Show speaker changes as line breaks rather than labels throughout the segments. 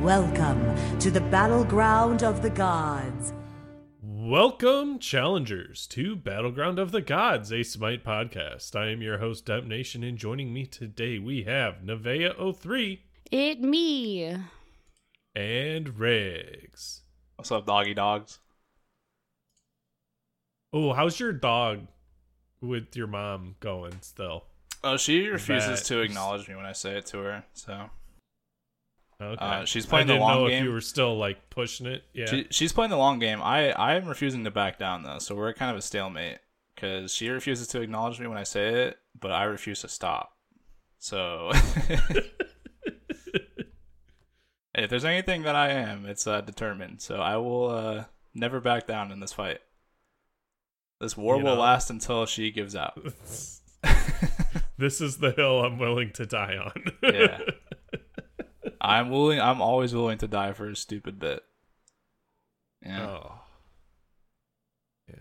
Welcome to the battleground of the gods.
Welcome, challengers, to Battleground of the Gods, a Smite podcast. I am your host, Dep Nation, and joining me today we have Nevaeh03
It me.
and Riggs.
What's up, doggy dogs?
Oh, how's your dog with your mom going still?
Oh, she refuses
That
to
is-
acknowledge me when I say it to her. So
Okay.
Uh, she's playing
I
the
didn't
long
know if
game.
you were still like pushing it. Yeah.
she, she's playing the long game. I I am refusing to back down though. So we're kind of a stalemate because she refuses to acknowledge me when I say it, but I refuse to stop. So if there's anything that I am, it's uh, determined. So I will uh, never back down in this fight. This war
You
will
know.
last until she gives out.
this is the hill I'm willing to die on.
Yeah. I'm willing. I'm always willing to die for a stupid bit. Yeah.
Oh. Yeah.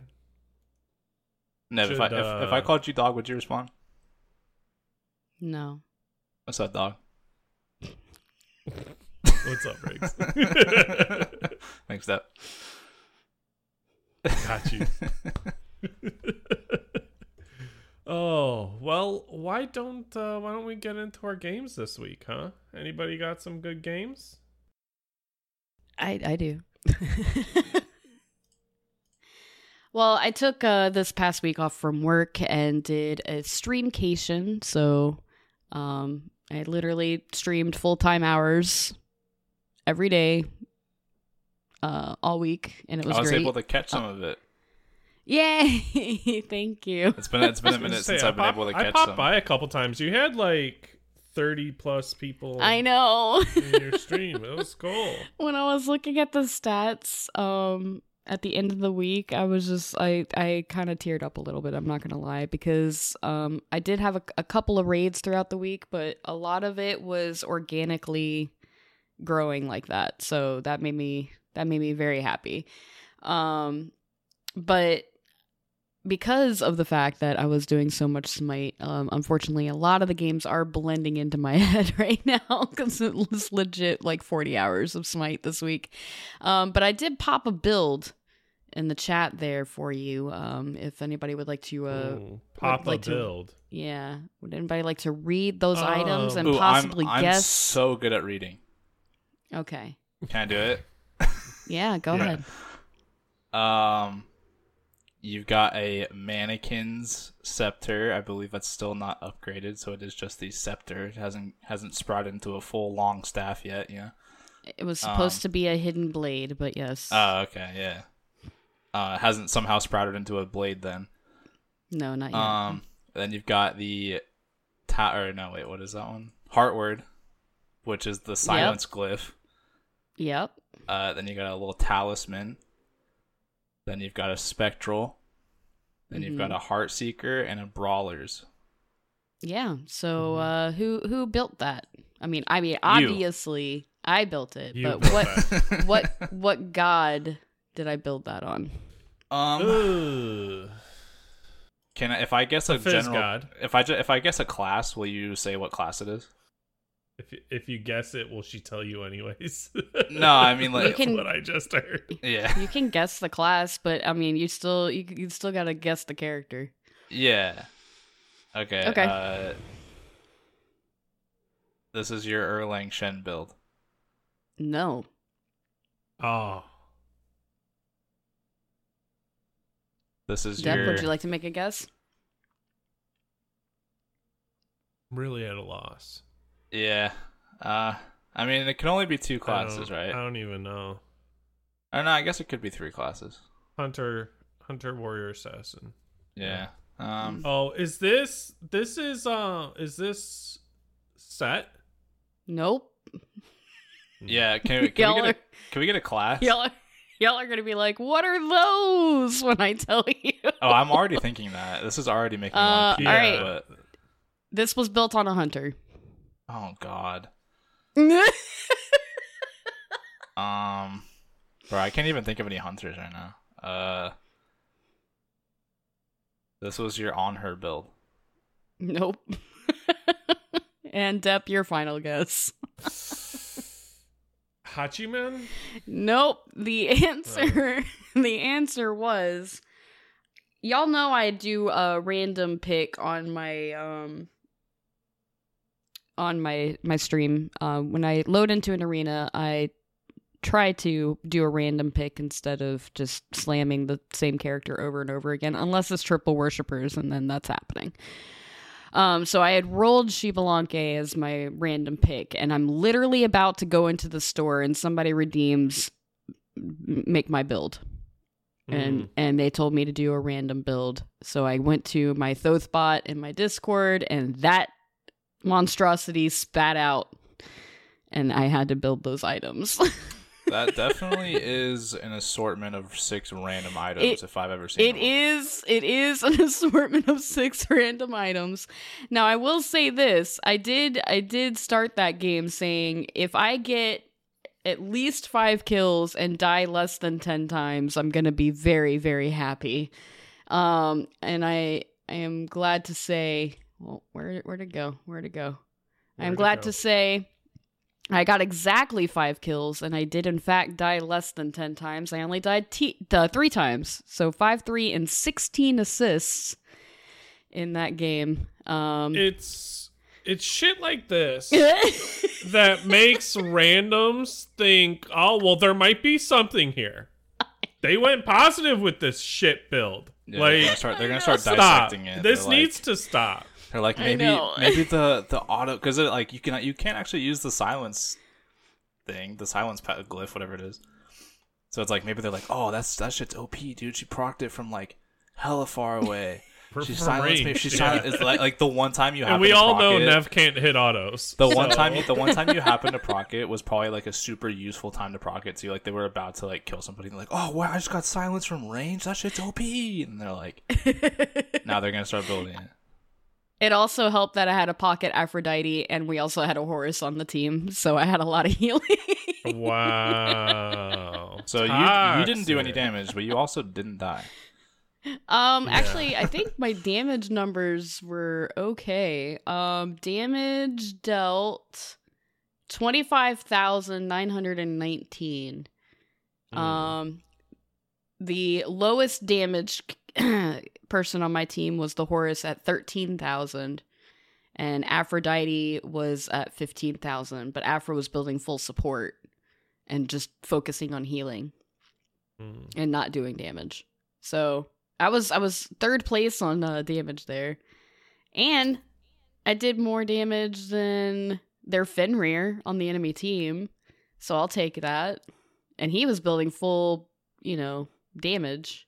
Nev, if, I,
Should,
if, if I
uh,
called you dog, would you respond?
No.
What's up, dog?
What's up, Riggs?
Thanks, Dep.
Got you. oh well, why don't uh, why don't we get into our games this week, huh? Anybody got some good games?
I I do. well, I took uh this past week off from work and did a streamcation, so um I literally streamed full-time hours every day uh all week and it was,
I was
great. Uh,
able to catch some of it.
Yay! Thank you.
It's been it's been a
I was gonna
minute
say,
since
I
I've been
pop-
able to
I
catch
popped
some.
by a couple times. You had like thirty plus people.
I know.
in your stream. It was cool.
when I was looking at the stats, um, at the end of the week, I was just I I kind of teared up a little bit. I'm not gonna lie because um, I did have a, a couple of raids throughout the week, but a lot of it was organically growing like that. So that made me that made me very happy. Um, but because of the fact that I was doing so much Smite, um, unfortunately, a lot of the games are blending into my head right now because it was legit like 40 hours of Smite this week. Um, but I did pop a build in the chat there for you um, if anybody would like to. Uh,
Ooh, Pop
like
a
to-
build.
yeah, would anybody like to read those
Um,
items and
Oh. Ooh,
possibly
I'm, I'm
guess?
so good at reading.
okay.
Can I do it?
Yeah, go
Yeah.
ahead.
Um, you've got a mannequin's scepter. I believe that's still not upgraded, so it is just the scepter. It hasn't hasn't sprouted into a full long staff yet. Yeah.
It was supposed
Um,
to be a hidden blade, but yes.
Oh, okay, yeah. Uh, it hasn't somehow sprouted into a blade then.
no, not yet.
Um, then you've got the tower. No, wait, what is that one? Heartward, which is the silence glyph.
yep.
Uh, then you got a little talisman. Then you've got a spectral. Then you've
Mm-hmm.
got a heart seeker and a brawlers.
Yeah. So
Mhm.
uh who who built that? I mean, I mean obviously I built it,
You
but
built
what what what god did I build that on?
Um,
Ooh.
can I, if I guess a
Fizz
general,
god.
if I ju- if I guess a class, will you say what class it is?
If if you guess it, will she tell you anyways?
No, I mean
You
like,
That's
can-
what I just heard.
yeah.
You can guess the class, but I mean, you still you you still got to guess the character.
Yeah. Okay.
Okay.
Uh, this is your Erlang Shen build.
No.
Oh.
This is
Deb,
your.
would you like to make a guess?
I'm really at a loss.
yeah. Uh, I mean, it can only be two
I
classes,
don't-
right?
I don't even know. oh.
Or no, I guess it could be three classes.
Hunter, hunter, warrior, assassin.
Yeah. Um.
Oh, is this this is uh is this set?
Nope.
Yeah. Can, we- can we
Mm. Y'all
get a
are-
Can we get a class?
Y'all are, y'all are going to be like, "What are those?" when I tell you.
Oh, I'm already thinking that. This is already making. me
Uh,
wanna pee,
all right.
but-
This was built on a hunter.
oh God. Um. Bro, I can't even think of any hunters right now. Uh. This was your on her build.
nope. and Dep, your final guess.
Hachiman?
Nope. The answer the answer was y'all know I do a random pick on my um on my my stream. Um when I load into an arena, I try to do a random pick instead of just slamming the same character over and over again unless it's triple worshippers and then that's happening. Um, so I had rolled Shivalanke as my random pick, and I'm literally about to go into the store, and somebody redeems m- make my build, and
Mm.
and they told me to do a random build. So I went to my Thothbot in my Discord, and that monstrosity spat out, and I had to build those items.
That definitely is an assortment of six random items
It-
if I've ever seen
It
one.
is it is an assortment of six random items. Now I will say this. I did I did start that game saying if I get at least 5 kills and die less than 10 times, I'm going to be very very happy. Um and I I am glad to say, well, where where to go? Where to go?
Where'd
I'm
it
glad
go?
to say I got exactly five kills, and I did in fact die less than ten times. I only died t- uh, three times, so five, three, and sixteen assists in that game. Um,
Hmm. It's it's shit like this that makes randoms think, oh well, there might be something here. They went positive with this shit build.
Yeah, they're gonna
like
start, they're gonna start
stop.
dissecting it.
This
They're like-
needs to stop.
They're like
I
maybe
know.
maybe the the auto because like you can you can't actually use the silence thing the silence pa- glyph whatever it is. So it's like maybe they're like oh that's that shit's OP dude she procked it from like hella far away.
From-
she
from
silenced me.
range,
She
yeah.
silenced it's like, like the one time you happen
And we
to
all
proc
know
it,
Nev can't hit autos.
The one
so-
time you, the one time you happened to proc it was probably like a super useful time to proc it. So you like they were about to like kill somebody. And they're like oh wow I just got silence from range that shit's OP and they're like now they're gonna start building it.
it also helped that I had a pocket Aphrodite, and we also had a Horus on the team, so I had a lot of healing.
Wow.
So you, you didn't do any
Toxic.
damage, but you also didn't die.
Um, actually, I think my damage numbers were okay. Um, damage dealt twenty five thousand nine hundred and nineteen.
Mm.
Um, the lowest damage person on my team was the Horus at thirteen thousand, and Aphrodite was at fifteen thousand. But Aphra was building full support and just focusing on healing
Mm.
and not doing damage. So I was I was third place on uh, damage there, and I did more damage than their Fenrir on the enemy team. So I'll take that. And he was building full, you know, damage.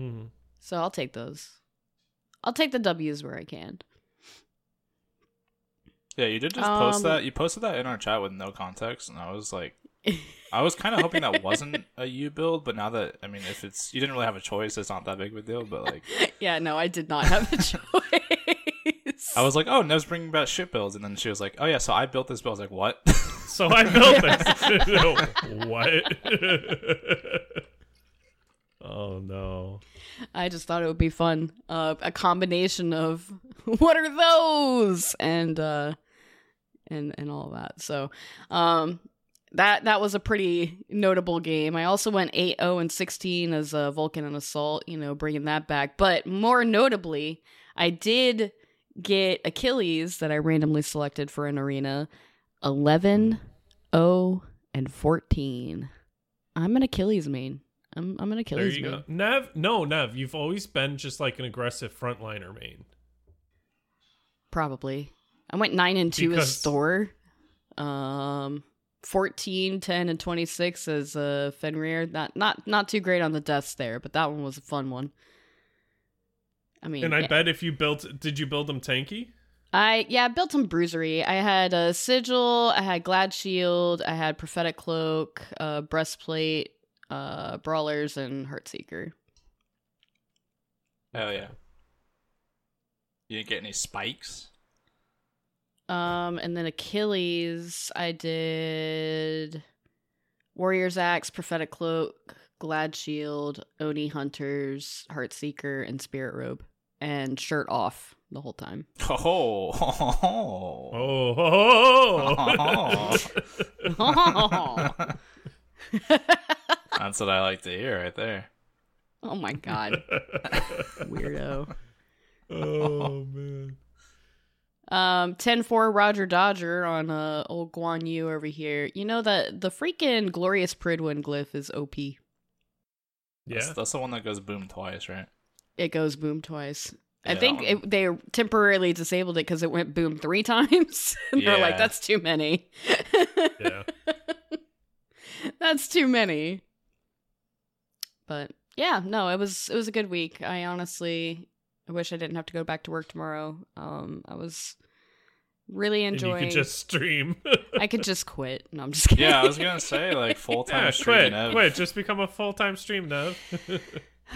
Mm.
So I'll take those. I'll take the W's where I can.
Yeah, you did just post
Um,
that. You posted that in our chat with no context, and I was like, I was kind of hoping that wasn't a you build, but now that I mean, if it's you didn't really have a choice, it's not that big of a deal. But like,
yeah, no, I did not have a choice.
I was like, oh, Nev's bringing back shit builds, and then she was like, oh yeah, so I built this build. I was like, what?
So I built this. what? oh no.
I just thought it would be fun. Uh, a combination of what are those and uh, and and all that. So um, that that was a pretty notable game. I also went 8-0 and 16 as a Vulcan and Assault, you know, bringing that back. But more notably, I did get Achilles that I randomly selected for an arena
Hmm.
11 0 and 14. I'm an Achilles main. I'm I'm an
There
Achilles
you
main.
go. Nev, no, Nev, you've always been just like an aggressive frontliner main.
Probably. I went 9 and 2
Because-
as Thor. Um 14, 10 and 26 as uh Fenrir. Not not not too great on the deaths there, but that one was a fun one. I mean,
And I
yeah.
bet if you built, did you build them tanky?
I yeah, I built some bruisery. I had a sigil, I had glad shield, I had prophetic cloak, uh breastplate, uh brawlers and heartseeker.
Hell Oh, yeah. You didn't get any spikes.
Um, and then Achilles, I did Warrior's Axe, Prophetic Cloak, Glad Shield, Oni Hunters, Heartseeker, and Spirit Robe. and shirt off the whole time.
Oh,
Oh, oh, oh.
Oh,
that's what I like to hear right there.
oh my god, weirdo.
oh man.
Um, 10-4 Roger Dodger on uh, old Guan Yu over here. You know that the freaking glorious Pridwin glyph is OP.
Yeah.
That's, that's the one that goes boom twice, right?
It goes boom twice. I
Yeah, that
think
one.
it, they temporarily disabled it because it went boom three times. and they're like,
Yeah.
that's too many.
Yeah.
that's too many. But yeah, no, it was it was a good week. I honestly I wish I didn't have to go back to work tomorrow. Um, I was really
And you
enjoying.
can just stream.
I could just quit. No, I'm just kidding.
Yeah, I was gonna say like full time
yeah,
streaming.
quit.
of-
Quit. Just become a full time stream dev.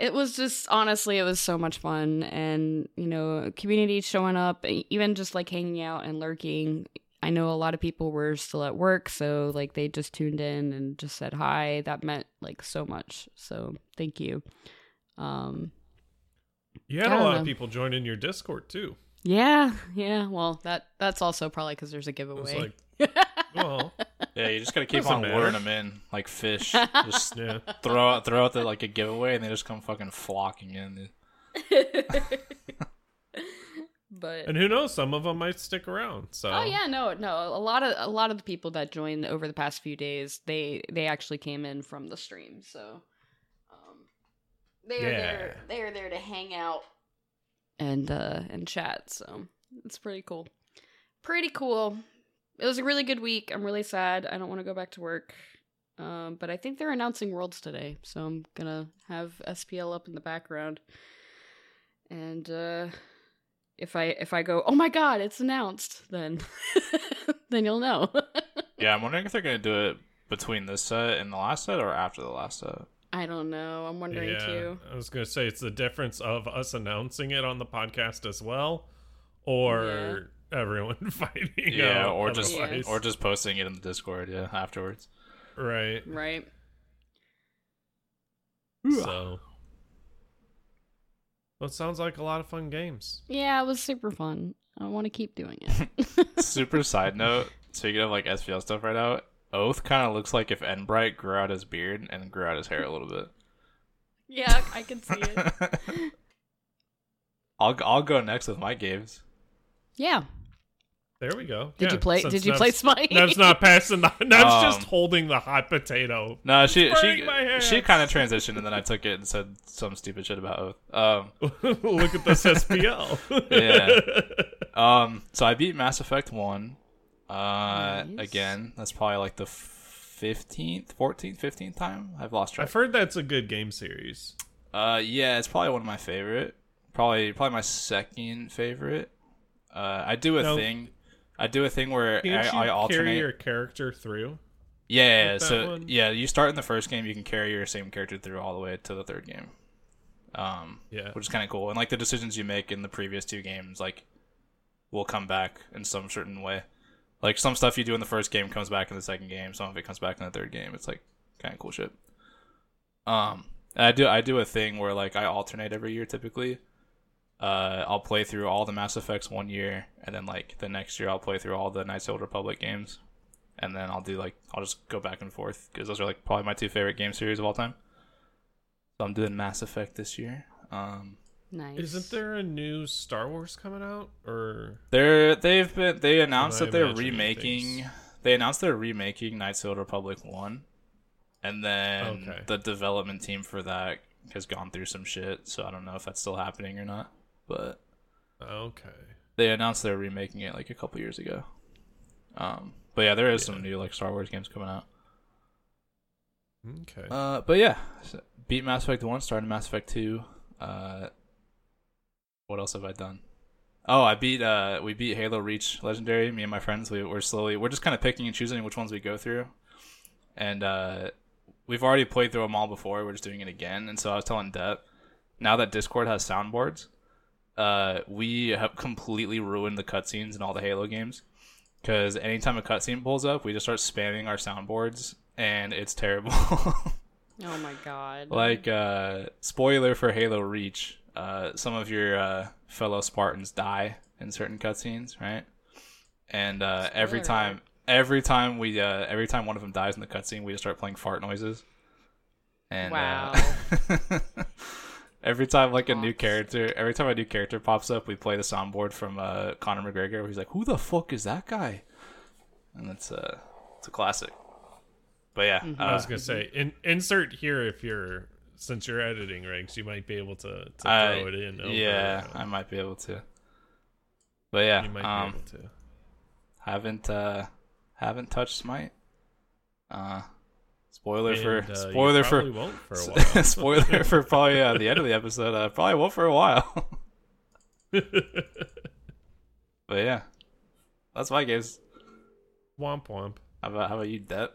it was just honestly it was so much fun and you know community showing up e- even just like hanging out and lurking i know a lot of people were still at work so like they just tuned in and just said hi that meant like so much so thank you um
You had a
I don't
lot of
know.
people join in your Discord too.
yeah yeah well that that's also probably because there's a
I was
giveaway
like, well,
Yeah, you just gotta keep
Doesn't
on
matter.
luring them in like fish. Just
yeah.
throw out throw out the, like a giveaway, and they just come fucking flocking in.
but
And uh, who knows? Some of them might stick around. So.
Oh yeah, no, no. A lot of a lot of the people that joined over the past few days, they they actually came in from the stream. So um, they are there.
Yeah.
They are there to hang out and uh and chat. So it's pretty cool. Pretty cool. It was a really good week. I'm really sad. I don't want to go back to work. Um, but I think they're announcing worlds today, so I'm gonna have SPL up in the background. And uh, if I if I go, oh my god, it's announced, then then you'll know.
Yeah, I'm wondering if they're gonna do it between this set and the last set, or after the last set.
I don't know. I'm wondering too.
I was gonna say it's the difference of us announcing it on the podcast as well, or everyone fighting.
Yeah,
out
or just
otherwise.
or just posting it in the Discord. Yeah, afterwards.
right.
Right.
So, well, it sounds like a lot of fun games.
Yeah, it was super fun. I want to keep doing it.
Super side note. Speaking of like SPL stuff right now, Oath kind of looks like if Enbright grew out his beard and grew out his hair a little bit.
yeah, I can see it.
I'll I'll go next with my games.
Yeah.
There we go.
Did
Yeah,
you play?
since
Did you
Nev's-
play Smite?
Nev's not passing the. Nev's just
Um,
holding the hot potato.
No, she
burning
she
my hair.
she kind of transitioned, and then I took it and said some stupid shit about Oath. Um,
Look at this SPL.
yeah. Um, so I beat Mass Effect one. Uh,
Nice.
again, that's probably like the fifteenth, fourteenth, fifteenth time I've lost track.
I've heard that's a good game series.
Uh, yeah, it's probably one of my favorite. Probably, probably my second favorite. Uh, I do a
Now-
thing. I do a thing where
Can't you
I, I alternate.
carry your character through?
yeah, yeah,
that
so
one?
yeah, you start in the first game, you can carry your same character through all the way to the third game. Um,
Yeah.
which is kind of cool. And like the decisions you make in the previous two games, like will come back in some certain way. Like some stuff you do in the first game comes back in the second game. Some of it comes back in the third game. It's like kind of cool shit. Um, and I do I do a thing where like I alternate every year. Typically, uh, I'll play through all the Mass Effects one year, and then like the next year I'll play through all the Knights of the Old Republic games, and then I'll do like I'll just go back and forth because those are like probably my two favorite game series of all time. So I'm doing Mass Effect this year. Um,
nice.
Isn't there a new Star Wars coming out? Or
They're they've been they announced
I
that they're
imagining
remaking
things?
they announced they're remaking Knights of the Old Republic one, and then
Okay.
the development team for that has gone through some shit. So I don't know if that's still happening or not. But
okay,
they announced they're remaking it like a couple years ago. Um, but yeah, there is some new like Star Wars games coming out.
okay.
Uh, but yeah, so beat Mass Effect one, started Mass Effect two. Uh, what else have I done? Oh, I beat. Uh, we beat Halo Reach Legendary. Me and my friends. We we're slowly. We're just kind of picking and choosing which ones we go through, and uh, we've already played through them all before. We're just doing it again. And so I was telling Depp, now that Discord has soundboards, uh, we have completely ruined the cutscenes in all the Halo games. Because anytime a cutscene pulls up, we just start spamming our soundboards, and it's terrible.
Oh my god.
like uh spoiler for halo reach uh, some of your uh, fellow Spartans die in certain cutscenes, right? And uh, every
Spoiler
time, every time we, uh, every time one of them dies in the cutscene, we just start playing fart noises. And uh, every time, like a new character, every time a new character pops up, we play the soundboard from uh, Conor McGregor. Where he's like, "Who the fuck is that guy?" And that's uh, it's a classic. But yeah,
I
uh,
was gonna say, in, insert here if you're since you're editing ranks, you might be able to, to throw
I-
it in. Over,
Uh, Yeah, I might be able to. But yeah,
you might
um,
be able to.
haven't uh, haven't touched Smite. Uh, spoiler
And,
for
uh, you
spoiler
probably
for
won't for a while.
spoiler for probably uh, the end of the episode. Uh, probably won't for a while. but yeah, that's my guess.
womp womp.
How about how about you, Det?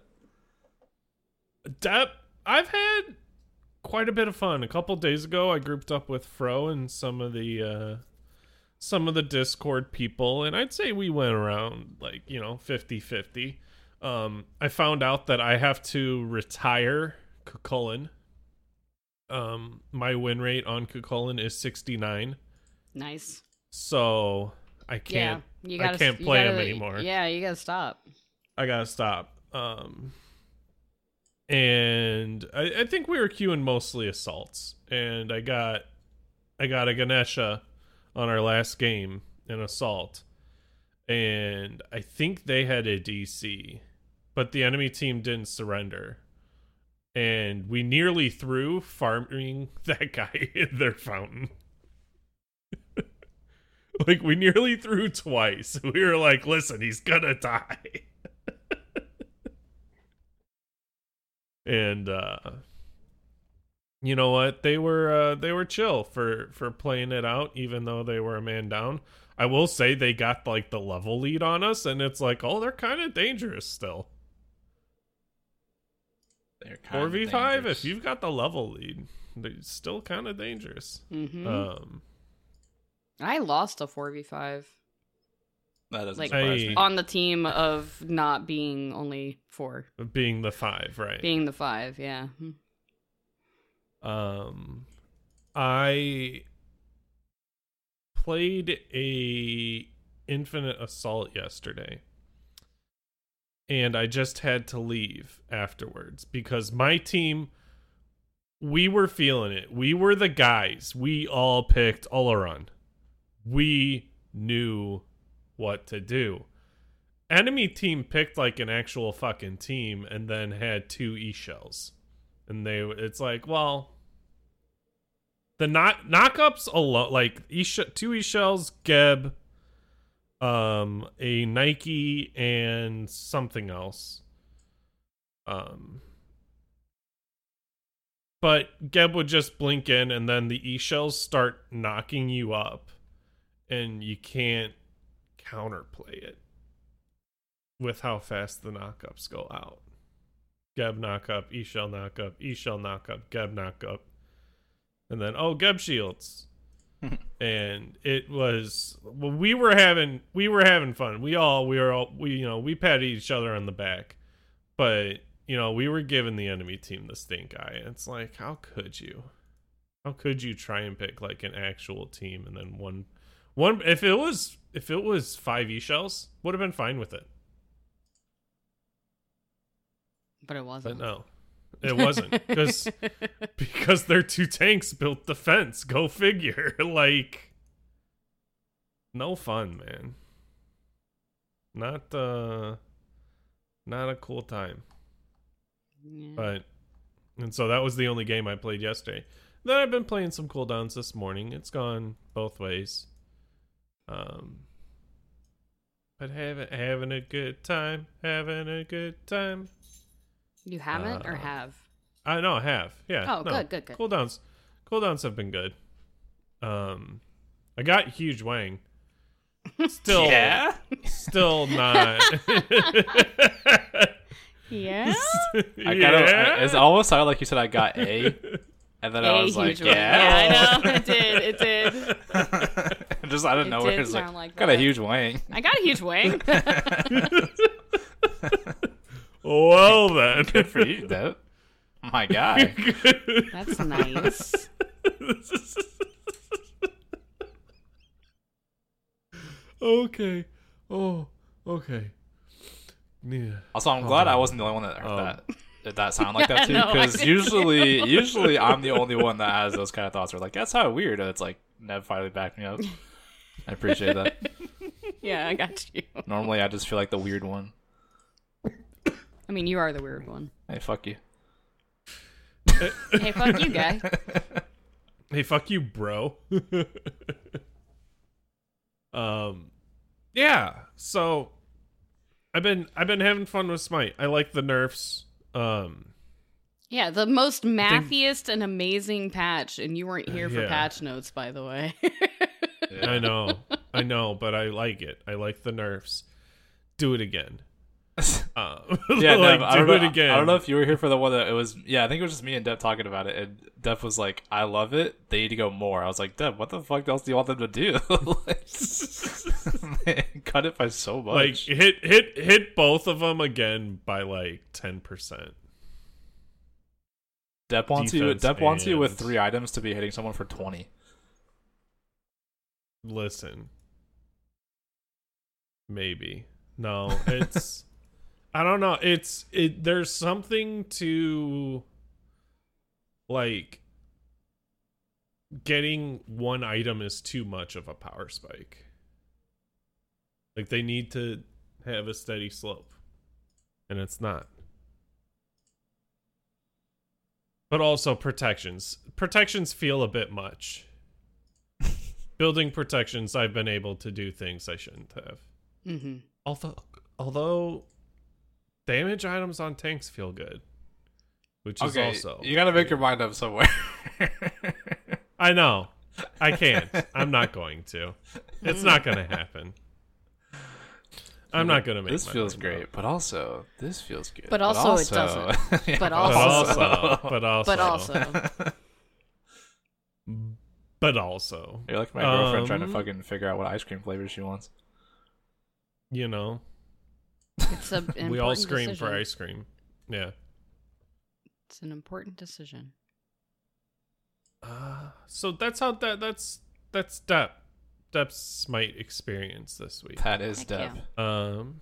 Dep, I've had quite a bit of fun. A couple days ago, I grouped up with Fro and some of the uh, some of the Discord people, and I'd say we went around like you know 50-50. Um, I found out that I have to retire Kukulin. Um, my win rate on Kukulin is sixty nine,
Nice.
so I can't
yeah, you
I
gotta,
can't
you
play
gotta-
him anymore.
Yeah, you gotta stop.
I gotta stop. Um, and I, I think we were queuing mostly assaults, and I got I got a Ganesha on our last game an assault, and I think they had a DC, but the enemy team didn't surrender. And we nearly threw farming that guy in their fountain. like we nearly threw twice. We were like, "Listen, he's gonna die." and uh you know what they were uh they were chill for for playing it out even though they were a man down i will say they got like the level lead on us and it's like oh they're kind of dangerous still
They're kinda
4v5
dangerous.
if you've got the level lead they're still kind of dangerous
Mm-hmm.
hmm
um
I lost a four v five
that doesn't
like- Oh.
surprise
I-
me.
on the team of not being only four,
being the five right
being the five. Yeah. Mhm.
Um, I played a Infinite Assault yesterday, and I just had to leave afterwards because my team, we were feeling it. We were the guys. We all picked Oleron. We knew what to do. Enemy team picked like an actual fucking team, and then had two e shells and they it's like well the knock knockups alone like Isha, two e shells geb um a nike and something else um but geb would just blink in and then the e shells start knocking you up and you can't counterplay it with how fast the knockups go out Geb knock up, E shell knock up, E shell knock up, Geb knock up. And then oh Geb shields. and it was well, we were having we were having fun. We all we were all we you know, we patted each other on the back. But, you know, we were giving the enemy team the stink eye. It's like, how could you? How could you try and pick like an actual team and then one one if it was if it was five E shells, would have been fine with it.
But it
But
wasn't.
no, it wasn't because because their two tanks built the fence. Go figure. Like, no fun, man. Not uh, not a cool time.
Yeah.
But and so that was the only game I played yesterday. Then I've been playing some cooldowns this morning. It's gone both ways. Um but having having a good time, having a good time.
you haven't or
uh,
have?
I know I have. Yeah.
Oh,
no.
good, good, good.
Cooldowns, cooldowns have been good. Um, I got huge Wang. Still,
yeah,
still not.
Yeah.
I got. A, it almost sounded like you said I got A, and then I was like, yeah.
I know. It did. It did.
just out of
It
nowhere,
did
it's like,
sound like
got a
that.
huge wang.
I got a huge wing.
well then,
Good for you, though. My guy.
That's nice.
okay. Oh, okay. Yeah.
Also, I'm glad I wasn't the only one that heard
Um,
that. Did that sound like that too?
no, I
Because
didn't
usually, usually I'm the only one that has those kind of thoughts. Or like, that's how weird. And it's like Nev finally backed me up. I appreciate that.
Yeah, I got you.
Normally, I just feel like the weird one.
I mean, you are the weird one.
Hey, fuck you.
Hey, fuck you, guy.
Hey, fuck you, bro. um, yeah. So, I've been I've been having fun with Smite. I like the nerfs. Um,
Yeah, the most mathiest and amazing patch, and you weren't here for
Yeah.
patch notes, by the way.
I know, I know, but I like it. I like the nerfs. Do it again. Um,
Yeah,
like,
Dev,
do
I, don't know,
it again.
I don't know if you were here for the one that it was. Yeah, I think it was just me and Deb talking about it, and Deb was like, "I love it. They need to go more." I was like, "Deb, what the fuck else do you want them to do? Like, they cut it by so much."
like hit hit hit both of them again by like ten percent.
Dep wants you.
defense
Dep wants you with
and-
three items to be hitting someone for twenty.
Listen, maybe no. It's I don't know. It's it. There's something to like getting one item is too much of a power spike. Like they need to have a steady slope, and it's not. But also protections. Protections feel a bit much. Building protections, I've been able to do things I shouldn't have.
hmm
Although, although, damage items on tanks feel good, which is also
you gotta make your mind up somewhere.
I know. I can't. I'm not going to. It's not going to happen. I'm not going to make
this
my
feels
mind
great,
up.
but also this feels good.
But also it doesn't.
Yeah,
But
But
Also.
also, but also,
But also,
but also,
you're like my girlfriend trying to
Um,
fucking figure out what ice cream flavor she wants.
you know,
it's a an
we all
important
scream for
decision.
ice cream. Yeah.
It's an important decision.
Uh, so that's how that that's that's Dep Dep's smite experience this week.
That is
Heck
Deb.
yeah.
Um,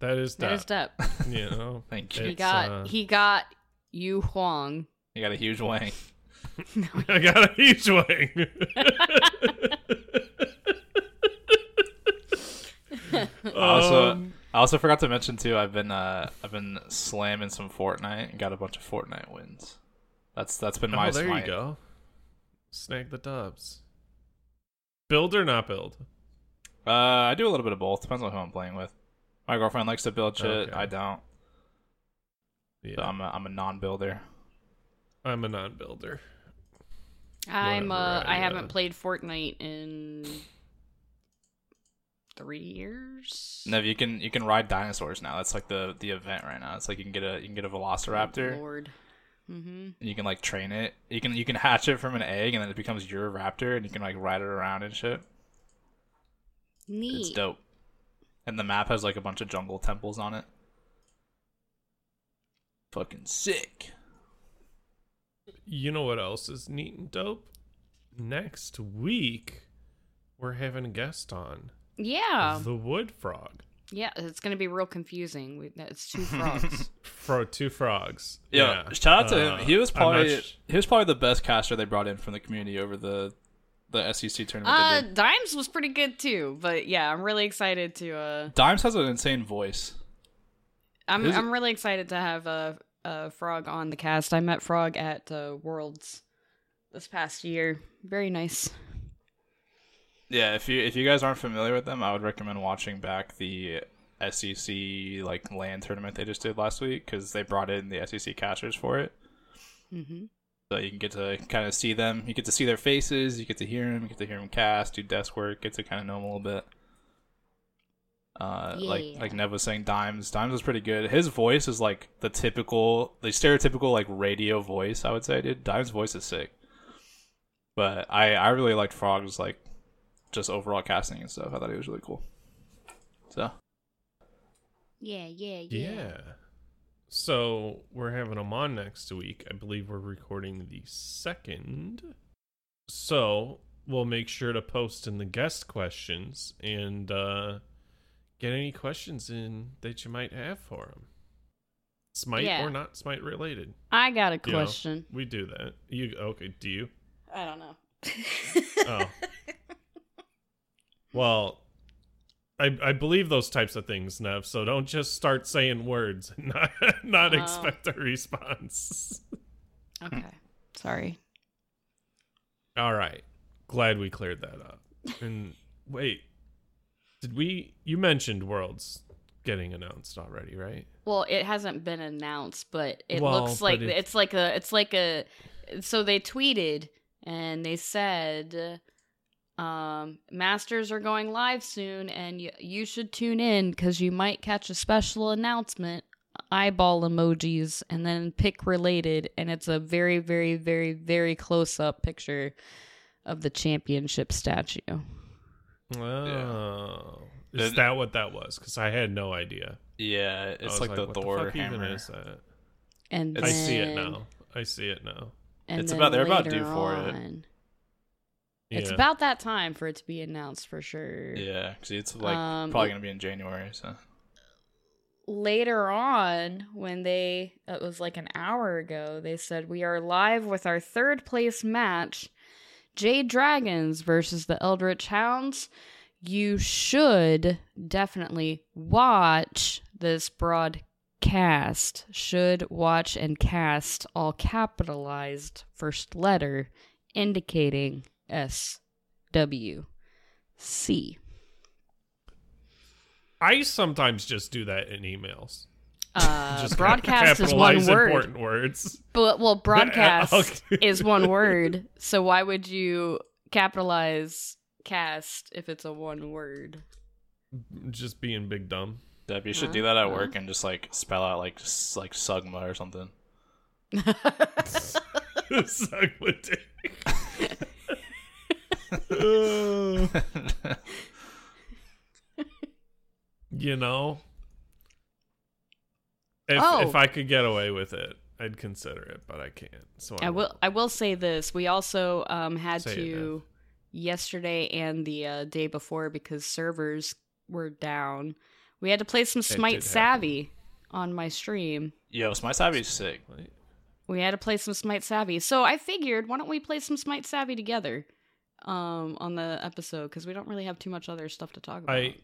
that is Dep.
That is Dep.
You know,
Thank you.
He
It's,
got
uh,
he got you Huang.
You got a huge wang.
I got a huge wing.
also,
Um,
I also forgot to mention too. I've been uh, I've been slamming some Fortnite and got a bunch of Fortnite wins. That's that's been my
oh, there you
smite.
go. Snag the dubs. Build or not build?
Uh, I do a little bit of both. Depends on who I'm playing with. My girlfriend likes to build shit.
Okay.
I don't.
Yeah,
So I'm a, I'm a non-builder.
I'm a non-builder.
I'm uh
Whatever,
I
I,
haven't
uh,
played Fortnite in three years.
No, you can you can ride dinosaurs now. That's like the the event right now. It's like you can get a you can get a velociraptor.
Lord. Mm-hmm.
and you can like train it. You can you can hatch it from an egg, and then it becomes your raptor, and you can like ride it around and shit.
Neat.
It's dope. And the map has like a bunch of jungle temples on it. Fucking sick.
You know what else is neat and dope? Next week, we're having a guest on
Yeah.
the Wood Frog.
Yeah, it's going to be real confusing. We, it's two frogs.
Fro two frogs.
Yo,
yeah.
shout out to
Uh,
him. He was
I'm not
probably
sh-
he was probably the best caster they brought in from the community over the the SEC tournament. they
uh
did.
Dimes was pretty good too, but yeah, I'm really excited to uh
Dimes has an insane voice.
I'm
Is it-
I'm really excited to have a uh, Frog on the cast. I met Frog at uh, Worlds this past year. Very nice.
Yeah, if you if you guys aren't familiar with them, I would recommend watching back the SEC like land tournament they just did last week because they brought in the SEC casters for it.
hmm
So you can get to kind of see them. You get to see their faces. You get to hear them. You get to hear them cast, do desk work. Get to kind of know them a little bit. Uh, like
Yeah.
like Nev was saying, Dimes. Dimes was pretty good. His voice is like the typical, the stereotypical like radio voice. I would say, dude. Dimes' voice is sick. But I I really liked Frog's like just overall casting and stuff. I thought he was really cool. So
Yeah, yeah,
Yeah. So we're having him on next week. I believe we're recording the second. So we'll make sure to post in the guest questions and uh, get any questions in that you might have for him. Smite
Yeah.
or not smite related.
I got a
You know,
question.
we do that. You okay? Do you?
I don't know.
Oh. well, I I believe those types of things, Nev. So don't just start saying words and not not
Oh.
expect a response.
Okay. Sorry.
All right. Glad we cleared that up. And wait, did we? You mentioned worlds getting announced already, right?
Well, it hasn't been announced, but it
Well,
looks
but
like
it-
it's like a it's like a so they tweeted and they said um masters are going live soon and y- you should tune in cuz you might catch a special announcement eyeball emojis and then pick related and it's a very very very very close up picture of the championship statue.
Oh, is
Then-
that what that was? Because I had no idea.
Yeah,
I
it's
was
like, the
what
Thor
fuck even
hammer.
is that?
And
I see it
then-
now. I see it now.
and
It's
then
about- they're about
later
due for it.
on- It's
Yeah.
about that time for it to be announced for sure.
Yeah, 'cause it's like
Um,
probably gonna be in January. So
Later on, when they, it was like an hour ago, they said, We are live with our third place match Jade Dragons versus the Eldritch Hounds. You should definitely watch this broadcast. Should watch and cast all capitalized first letter indicating SWC.
I sometimes just do that in emails.
Uh,
just
broadcast is one
capitalize
word.
Important words.
But well, broadcast
Okay.
is one word. So why would you capitalize cast if it's a one word?
Just being big dumb.
Deb, you should do that at work and just like spell out like s- like Sugma or something.
Suck my dick. Uh, you know, if
Oh.
if I could get away with it, I'd consider it, but I can't. So I,
I will.
won't.
I will say this. We also um, had
Say it,
to yesterday and the uh, day before because servers were down. We had to play some
did
Smite
happen.
Savvy on my stream.
Yo, Smite Savvy's sick.
Wait.
We had to play some Smite Savvy. So I figured, why don't we play some Smite Savvy together um, on the episode? Because we don't really have too much other stuff to talk about.
I.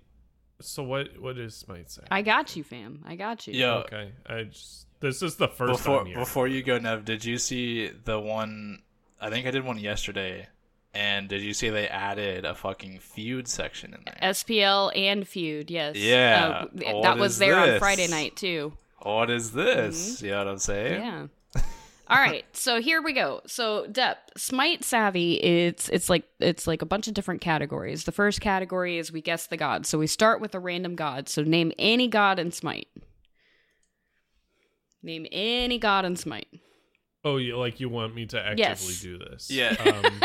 So what? What is Smite say?
I got you, fam. I got you.
Yo,
okay. I just. This is the first
Uh, before
time here.
before you go, Nev, did you see the one? I think I did one yesterday. And did you see they added a fucking feud section in there?
SPL and Feud, yes.
Yeah.
Uh, th-
What
that was
is
there on
this?
Friday night, too.
What is this? You know what I'm saying?
Mm-hmm. Yeah. All right, so here we go. So depth, smite savvy. It's it's like it's like a bunch of different categories. The first category is we guess the god. So we start with a random god. So name any god in smite. Name any god in smite.
oh, you like you want me to actively
Yes.
do this?
Yeah.
Um,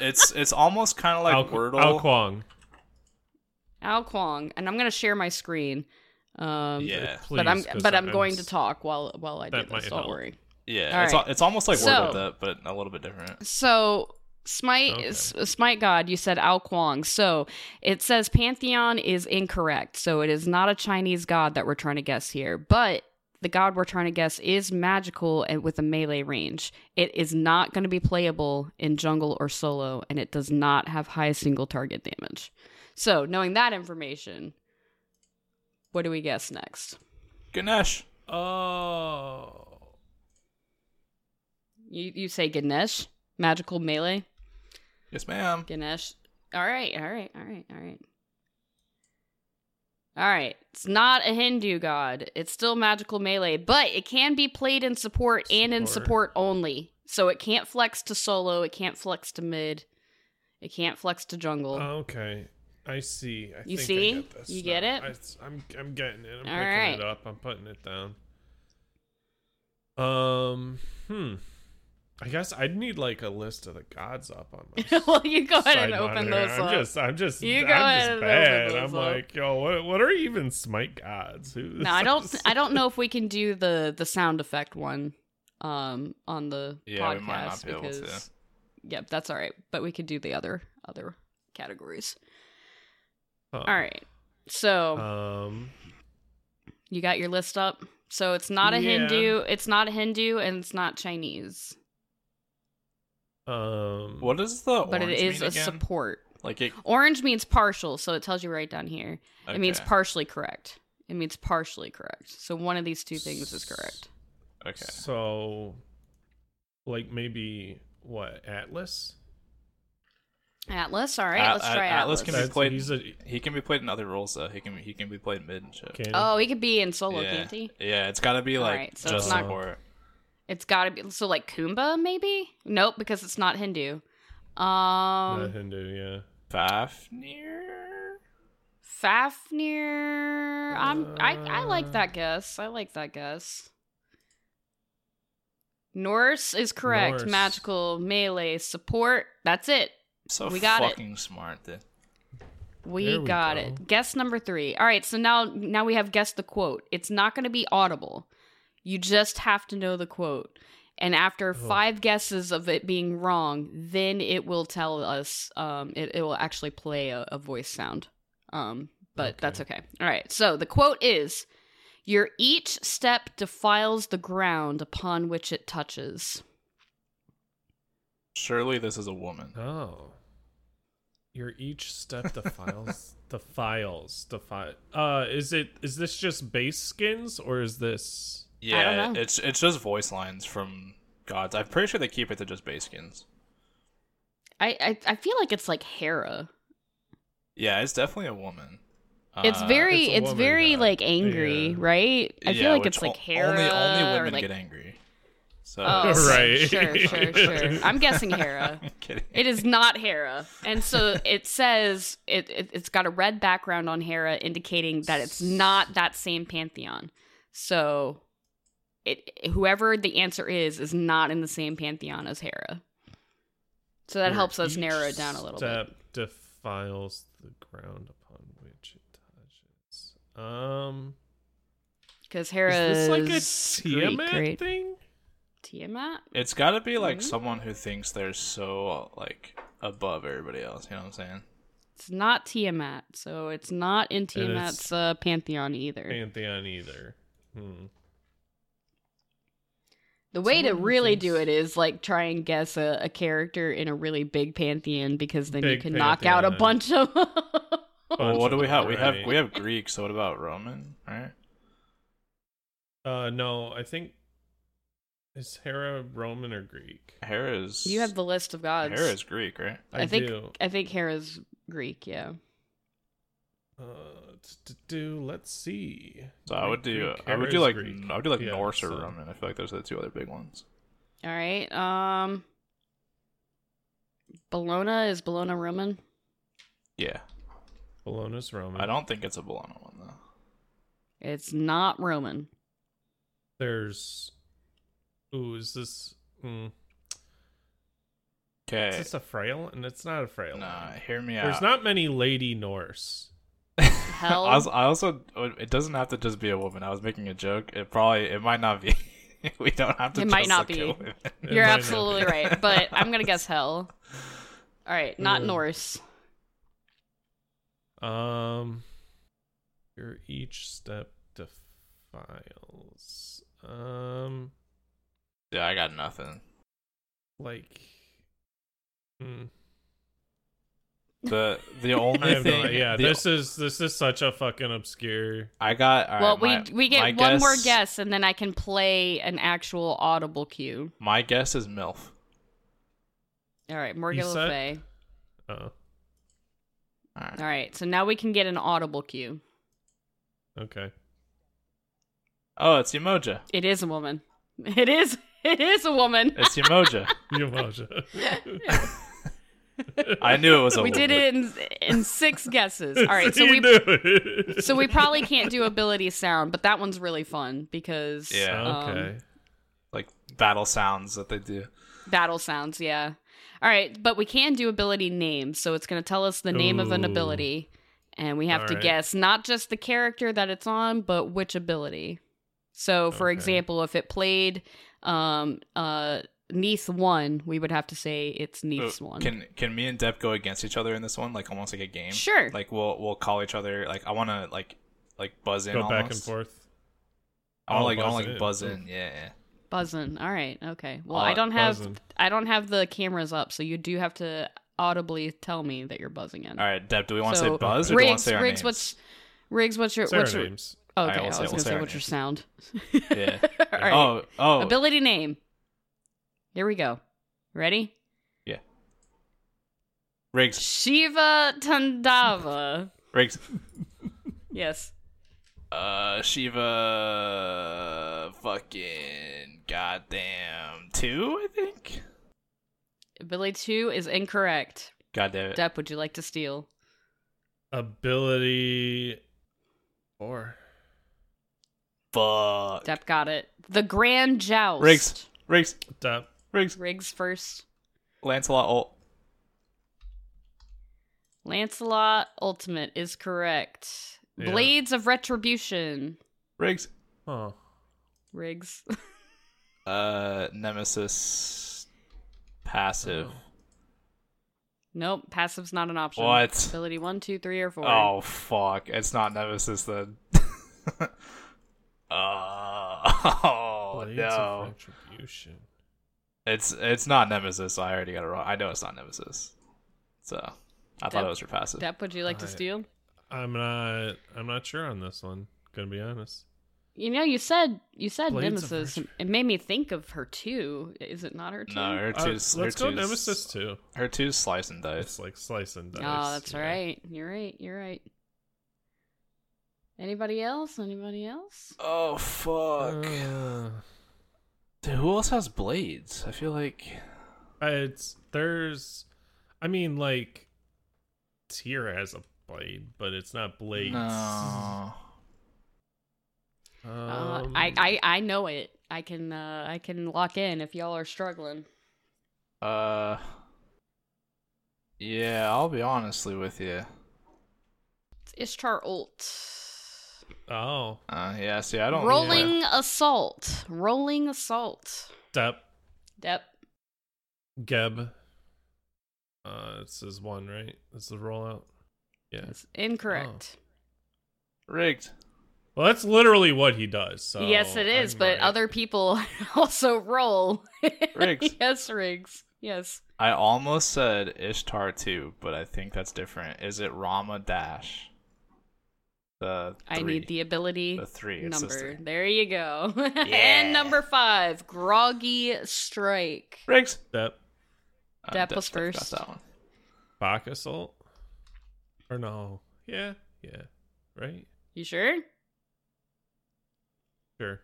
It's it's almost kind of like
Al-
Wordle.
Al Kwong.
Al Kwong, and I'm gonna share my screen. Um,
Yeah.
but I'm
Please, 'cause
but I'm
that-
going
I'm
to
s-
talk while while I do
That might
this.
help.
Don't worry.
Yeah,
All
it's,
right.
al- it's almost like
So-
Wordle, that, but a little bit different.
So Smite
Okay.
S- uh, Smite God, you said Al Kwong. So it says Pantheon is incorrect. So it is not a Chinese god that we're trying to guess here. But the god we're trying to guess is magical and with a melee range. It is not going to be playable in jungle or solo, and it does not have high single target damage. So knowing that information, what do we guess next?
Ganesh.
Oh.
You you say Ganesh, magical melee,
Yes, ma'am.
Ganesh. All right, all right, all right, all right. All right, it's not a Hindu god. It's still magical melee, but it can be played in support, and in
Support.
support only. So it can't flex to solo, it can't flex to mid, it can't flex to jungle.
Oh. Okay, I see. I think
You
I
see?
get this
You
now.
get it?
I, s- I'm I'm getting it. I'm
All
picking
right.
it up. I'm putting it down. Um, hmm. I guess I'd need like a list of the gods up on my. s-
well, you go ahead
side
and open
monitor.
those
I'm
up.
just, I'm just,
You
I'm
go
just
ahead and open
bad.
those
I'm
up.
like, yo, what, what are even smite gods? Who,
no, I don't. I don't know if we can do the the sound effect one um on the
Yeah,
podcast
we might not be able to.
because yep, that's all right. But we could do the other other categories.
Huh.
All right. So
Uh,
Um,
you got your list up. So it's not a
Yeah.
Hindu, it's not a Hindu, and it's not Chinese,
um,
What is the
but it
orange
is a
mean again?
support.
Like it,
Orange means partial, so it tells you right down here. It means
okay,
partially correct. It means partially correct. So one of these two things is correct.
Okay.
So, like maybe what Atlas?
Atlas. All right,
At-
let's
at-
try Atlas.
Atlas can be
That's-
played-
He's a
He can be played in other roles though. He can he can be played mid and shit.
can,
oh, he could be in solo,
yeah.
can't he?
Yeah, it's got to be like
Alright, so
just
it's not-
support.
It's got to be so like Kumba, maybe. Nope, because it's not Hindu.
not
Um,
Hindu. Yeah.
Fafnir.
Fafnir. I'm. I. I like that guess. I like that guess. Norse is correct.
Norse.
Magical melee support. That's it.
So
We got it.
fucking smart, dude.
We
There we
got
go.
it. Guess number three. All right, so now now we have guessed the quote. It's not going to be audible. You just have to know the quote. And after
Oh.
five guesses of it being wrong, then it will tell us. Um, it it will actually play a, a voice sound. Um, but that's okay. All right. So the quote is, "Your each step defiles the ground upon which it touches."
Surely this is a woman.
Oh. Your each step defiles defiles defi- Uh, is it is this just base skins or is this?
Yeah,
know.
it's it's just voice lines from gods. I'm pretty sure they keep it to just base skins.
I I, I feel like it's like Hera.
Yeah, it's definitely a woman.
It's
Uh,
very,
it's a
it's,
woman
very
guy.
like angry,
Yeah.
right? I
yeah,
feel like
which
it's like
o-
Hera.
Only only
or,
women
like-
get angry. So
Oh, okay.
Right.
Sure, sure, sure. I'm guessing Hera.
I'm kidding.
It is not Hera, and so it says it, it. It's got a red background on Hera, indicating that it's not that same pantheon. So, it whoever the answer is is not in the same pantheon as Hera. So that
Your
helps us
each
narrow it down a little bit.
Step defiles the ground upon which it touches. Um,
Because Hera
is this like a
Greek,
Tiamat
right?
thing?
Tiamat.
It's got to be
Mm-hmm.
like someone who thinks they're so like above everybody else. You know what I'm saying?
It's not Tiamat, so it's not in Tiamat's uh, pantheon either.
Pantheon either. Hmm.
The way to
Someone who
really
thinks-
do it is like try and guess a, a character in a really big pantheon because then you
Big
can knock out a
pantheon.
bunch of.
Well,
Bunch
Oh, what do
of
we have? We have
variety.
we have Greek. So what about Roman? Right?
Uh, no, I think is Hera Roman or Greek?
Hera is.
you have the list of gods.
Hera is Greek, right?
I, think
do.
I think Hera's Greek. Yeah.
Uh, to do. Let's see.
So I would do.
Greek,
I
Hera
would do
is
like
Greek.
I would do like
Yeah,
Norse or
so-
Roman. I feel like those are the two other big ones.
All right. Um. Bologna is Bologna Roman.
Yeah,
Bologna's Roman.
I don't think it's a Bologna one though.
It's not Roman.
There's. Ooh, is this? Mm, is
Okay,
this a frail? And it's not a frail.
nah, hear me out.
There's not many Lady Norse.
Hell.
I, was, I also it doesn't have to just be a woman. I was making a joke. It probably it might not be. we don't have to.
It might
just
not
look at
be.
women.
It
You're
might not
absolutely
be.
right, but I'm gonna guess hell. All right, not
Mm.
Norse.
Um, your each step defiles. Um,
Yeah, I got nothing.
like. Mm,
The the
I
only
have no
thing.
idea. Yeah,
the-
this is this is such a fucking obscure.
I got. all
well,
right,
we
my-
we
my
get one more guess, and then I can play an actual audible cue.
My guess is milf.
All right, Morgan
You
Le
said-
Fay.
Oh,
All right.
All right, so now we can get an audible cue.
okay.
Oh, it's Umoja.
It is a woman. It is. It is a woman.
It's Umoja.
Yamaja.
I knew it was a.
We did
woman.
it in in six guesses. All right, so
You
we
knew it.
so we probably can't do ability sound, but that one's really fun because
Yeah.
um,
Okay.
like battle sounds that they do.
battle sounds. Yeah. All right, but we can do ability names, so it's going to tell us the name of an
Ooh.
ability, and we have
All
to
right.
guess not just the character that it's on, but which ability. So, for
Okay.
example, if it played um, uh, Neath won, we would have to say it's Neath's
Uh,
one.
Can can me and Deb go against each other in this one, like almost like a game?
Sure.
Like we'll we'll call each other. Like I want to like like buzz in.
Go back and
almost.
forth.
I want
Oh,
like I want
buzz
like
in.
buzz in. Yeah. yeah.
Buzzing. All right. Okay. Well,
Uh,
I don't have
buzzing.
I don't have the cameras up, so you do have to audibly tell me that you're buzzing in.
All right, Deb. Do we want to
So,
say buzz or do we want
Riggs,
to say our
Riggs,
names?
what's Riggs? What's your
Say
what's
our
your?
names.
Oh, Okay, I
Alright, we'll
was
say- we'll
gonna
say
say
our
what's your
names.
sound?
Yeah.
All right.
Oh oh.
Ability name. Here we go. Ready?
Yeah. Riggs.
Shiva Tandava.
Riggs.
yes.
Uh, Shiva. Fucking goddamn two, I think.
Ability two is incorrect.
Goddamn it.
Depp, would you like to steal?
Ability or
Fuck.
Depp got it. The Grand Joust.
Riggs. Riggs.
that
Riggs.
Riggs first.
Lancelot Ult.
Lancelot Ultimate is correct.
Yeah.
Blades of Retribution.
Riggs.
huh.
Oh,
Riggs.
Uh, Nemesis. Passive.
nope. Passive's not an option.
What?
Ability one, two, three, or four.
Oh fuck! It's not Nemesis then. uh, oh
Blades of
no!
retribution.
It's it's not Nemesis. I already got it wrong. I know it's not Nemesis. So I thought
Dep-
it was Repassive.
Depp, would you like to
Alright.
steal?
I'm not. I'm not sure on this one. Gonna be honest.
You know, you said you said
Blades of
Nemesis.
Retri-
It made me think of her too. Is it not her too?
no, her
Uh,
two's her
let's go
two's-
Nemesis too.
Her two's slice and dice.
It's like slice and dice.
Oh, that's
yeah.
right. You're right. You're right. Anybody else? Anybody else?
Oh fuck!
Uh,
Dude, who else has blades? I feel like
Uh, it's there's. I mean, like, Tyr has a blade, but it's not blades.
no.
Uh,
Um,
I, I I know it. I can uh, I can lock in if y'all are struggling.
Uh, yeah, I'll be honestly with you.
It's Ishtar Ult.
Oh,
Uh, yeah. See, I don't
Rolling assault. Rolling assault.
Dep
Dep.
Geb. Uh, this is one, right? This is the rollout. Yeah.
That's
Oh.
incorrect.
rigged.
Well, that's literally what he does. So
yes, it is.
I'm
but
right.
other people also roll.
Riggs.
yes, Riggs. Yes.
I almost said Ishtar too, but I think that's different. Is it Rama Dash? The
I
three.
need the ability
the three it's just
number.
three.
There you go.
Yeah.
and number five, Groggy Strike.
Riggs.
Dep
Uh,
Dep
Dep-
was
Dep got
first.
that one.
Bach assault, or no? Yeah, yeah, right.
You sure?
Sure.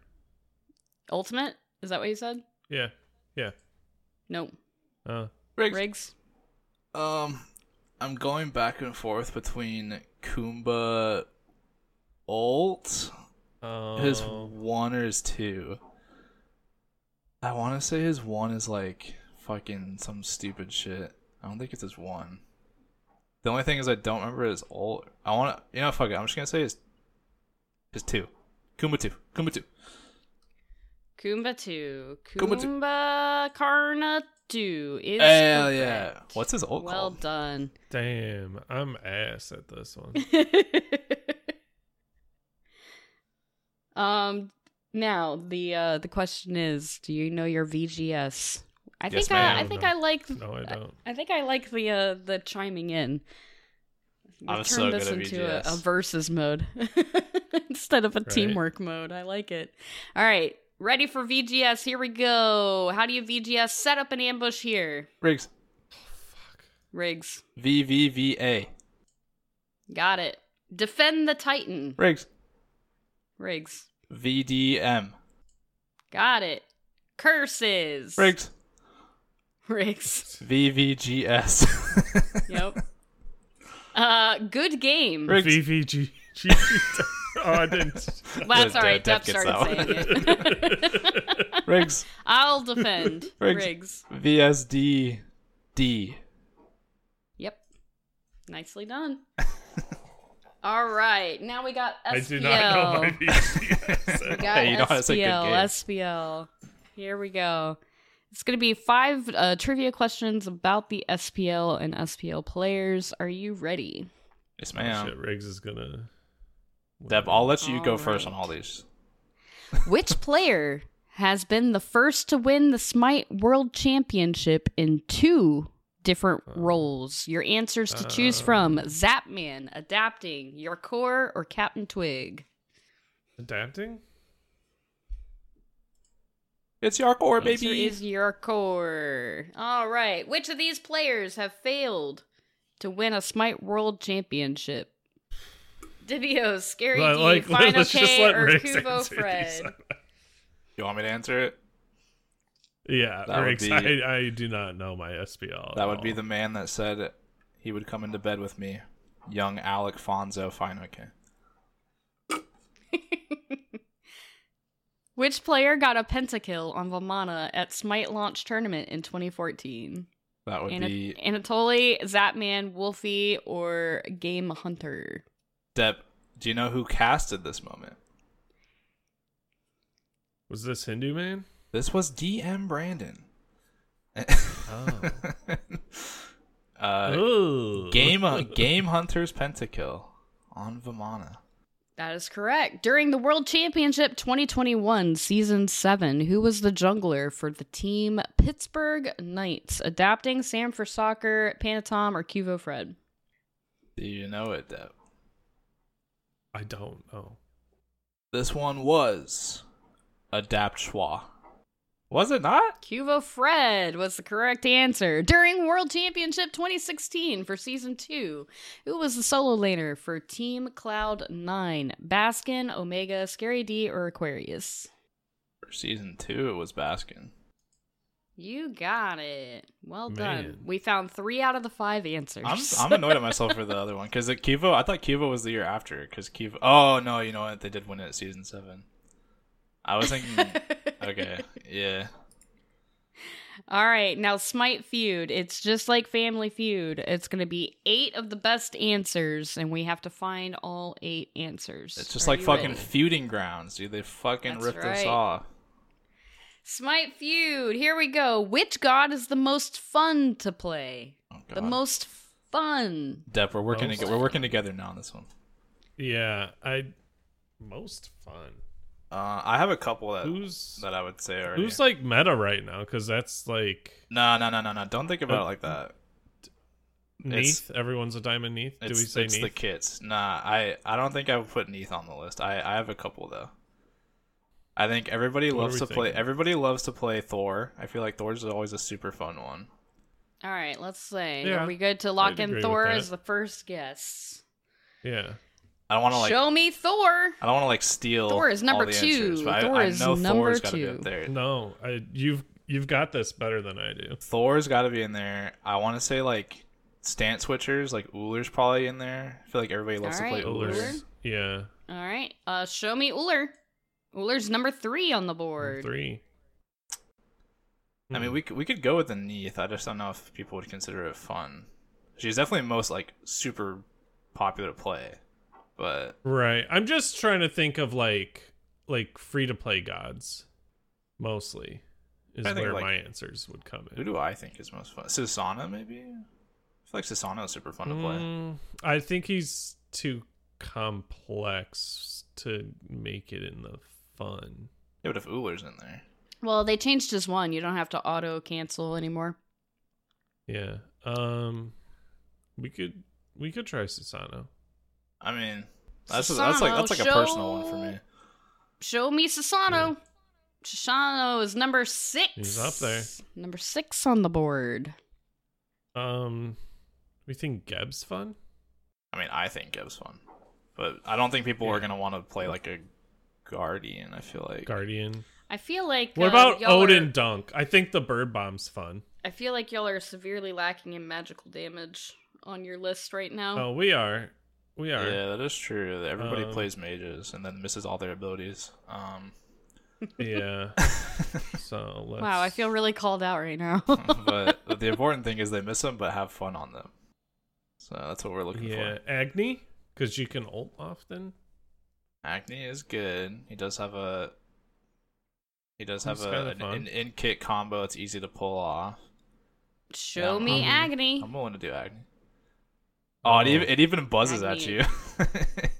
Ultimate? Is that what you said?
Yeah, yeah.
No.
Uh,
Riggs.
Riggs?
Um, I'm going back and forth between Kumba, Alt,
oh,
his one or his two. I want to say his one is like fucking some stupid shit. I don't think it's his one. The only thing is I don't remember his old. I want to. You know, fuck it. I'm just gonna say his his two. Kumba two. Kumba two.
Kumba 2.
Kumba two.
Kumba Karna 2 is
Hell
correct.
yeah. What's his alt
Well
called?
done.
damn, I'm ass at this one.
um now the uh the question is, do you know your VGS? I
Yes,
think I, I
ma'am.
think
No.
I like
No, I don't.
I think I like the uh, the chiming in. We've
I'm
turned
so good
this
at
into a, a
VGS.
versus mode instead of a
Right.
teamwork mode. I like it. All right, ready for VGS? Here we go. How do you VGS set up an ambush here?
Riggs.
Riggs,
V V V A.
got it. Defend the Titan.
Riggs.
Riggs,
V D M.
got it. Curses.
Riggs.
Riggs.
V V G S.
Yep. uh, good game.
Riggs.
VVG. oh, I didn't.
Well, that's all right.
Dep
Def
gets
started
that
saying it.
Riggs.
I'll defend.
Riggs.
Riggs.
V S D D.
Yep. Nicely done. All right. Now we got SPL.
I do not know my VGS.
We got
Hey, you know how to say good
SPL,
game.
SPL. Here we go. It's going to be five uh, trivia questions about the SPL and SPL players. Are you ready?
Yes,
Oh,
ma'am.
Shit, Riggs is gonna.
Deb, I'll let you go
All
first on
right.
all these.
Which player has been the first to win the Smite World Championship in two different
Uh,
roles? Your answers to choose from Zapman, Adapting, Your Core, or Captain Twig?
Adapting?
It's Yarkor,
Maybe
baby.
is Your Core. All right. Which of these players have failed to win a Smite World Championship? Dibio, Scary
Like-
D,
like,
Final
let's just
K,
let
or
Riggs
Kubo
answer these.
Fred?
you want me to answer it?
Yeah,
That would
Riggs,
be-
I, I do not know my SPL. at
That would be
all.
the man that said he would come into bed with me. Young Alec Fonzo, fine, okay.
Which player got a pentakill on Vamana at Smite Launch Tournament in 2014?
That would
Ana-
be
Anatoly, Zapman, Wolfie, or Game Hunter?
Deb. Do you know who casted this moment?
Was this Hindu man?
This was DM Brandon.
Oh.
uh,
Ooh.
game uh, Game Hunters Pentakill on Vimana.
That is correct. During the World Championship 2021, Season 7, who was the jungler for the team Pittsburgh Knights? Adapting Sam for soccer, Panatom, or Kuvo Fred?
Do you know it, Deb?
I don't know.
This one was Adapt Schwa. Was it not?
Cuvo Fred was the correct answer. During World Championship 2016 for Season 2, who was the solo laner for Team Cloud 9? Baskin, Omega, Scary D, or Aquarius?
For season two, it was Baskin.
You got it. Well
Man.
done. We found three out of the five answers.
I'm, I'm annoyed at myself for the other one because Kivo. I thought Kivo was the year after because Kivo. Oh no, you know what? They did win it at season seven. I was thinking. okay, yeah.
All right, now Smite Feud. It's just like Family Feud. It's going to be eight of the best answers, and we have to find all eight answers.
It's just
Are
like
you
fucking
ready?
feuding grounds, dude. They fucking
That's
ripped us
right.
off.
Smite Feud. Here we go. Which god is the most fun to play?
Oh,
The
God.
most fun.
Deb, we're working.
Most
toge- we're working together now on this one.
Yeah, I. Most fun.
Uh, I have a couple that
Who's
that I would say already.
who's like meta right now? Because that's like
no, no, no, no, no. Don't think about it like that. It's-
Neath. Everyone's a diamond Neath. Do we
It's,
say
it's the
Neath?
kits. Nah, I I don't think I would put Neath on the list. I I have a couple though. I think everybody
What are
loves
we
to play.
thinking?
Everybody loves to play Thor. I feel like Thor's is always a super fun one.
All right, let's say.
Yeah,
Are we good to lock
I'd agree
in
with
Thor
that.
as the first guess?
yeah.
I don't want to like.
Show me Thor.
I don't want to like steal.
Thor is number
all the
two.
answers, but I-
Thor
I,
is
know
number
Thor's got to be up
two.
there.
No, I you've you've got this better than I do.
Thor's got to be in there. I want to say like stance switchers. Like Ullr's probably in there. I feel like everybody loves
All
to play
right, Uller?
Uller?
Uller.
Yeah.
All right. Uh show me Uller. Uller's number 3 on the board.
Three.
I
Hmm.
mean, we could, we could go with the Neath. I just don't know if people would consider it fun. She's definitely most like super popular to play, but
Right. I'm just trying to think of like like free to play gods mostly is
I think,
where
like-
my answers would come
who
in.
do I think is most fun? Susana maybe. I feel like Susana is super fun to play.
Mm, I think he's too complex to make it in the fun.
Yeah, but if Ullr's in there,
Well, they changed his one. You don't have to auto cancel anymore.
Yeah. Um we could we could try Susano.
I mean, that's that's like that's like a
Susano,
personal one for me.
Show me Sasano. Sasano is number 6.
He's up there.
Number 6 on the board.
Um we think Geb's fun?
I mean, I think it was fun, but I don't think people are
Yeah.
gonna want to play like a guardian. I feel like
Guardian.
I feel like
What
uh,
about
y'all are-
Odin Dunk? I think the bird bomb's fun.
I feel like y'all are severely lacking in magical damage on your list right now.
Oh, we are. We are.
yeah, that is true. Everybody
Um,
plays mages and then misses all their abilities. Um,
Yeah. so let's.
wow, I feel really called out right now.
but uh, the important thing is they miss them, but have fun on them. So that's what we're looking
Yeah,
for.
Agni, because you can ult often.
Acne is good. He does have a. He does have
That's
a,
kinda
an,
fun.
an in kick combo. It's easy to pull off.
Show
Yeah,
me
I'm-
agony.
I'm willing to do Agni. Oh, it even, it even buzzes at
Agni.
you.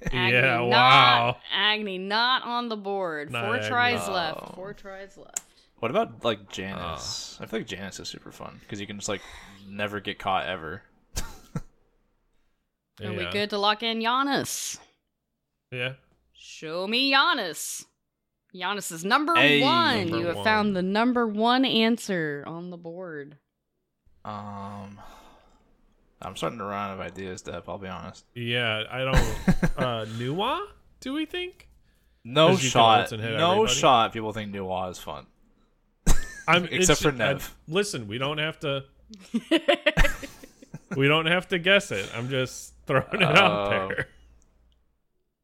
Agony,
Yeah,
not,
wow.
Agony not on the board.
Not
Four
Agony.
tries
No.
left. Four tries left.
what about like Janice?
Oh.
I feel like Janice is super fun because you can just like never get caught ever.
Are we
Yeah.
good to lock in Giannis?
Yeah.
Show me Giannis. Giannis is number
Hey.
one.
Number
you have
one.
found the number one answer on the board.
Um, I'm starting to run out of ideas, Deb. I'll be honest.
Yeah. I don't. uh, Nuwa? Do we think?
No
'Cause you can
shot.
ult and hit
No
everybody.
shot. People think Nuwa is fun.
I'm it's-
Except for
uh,
Nev.
listen, we don't have to. we don't have to guess it. I'm just throwing it out
Oh.
there.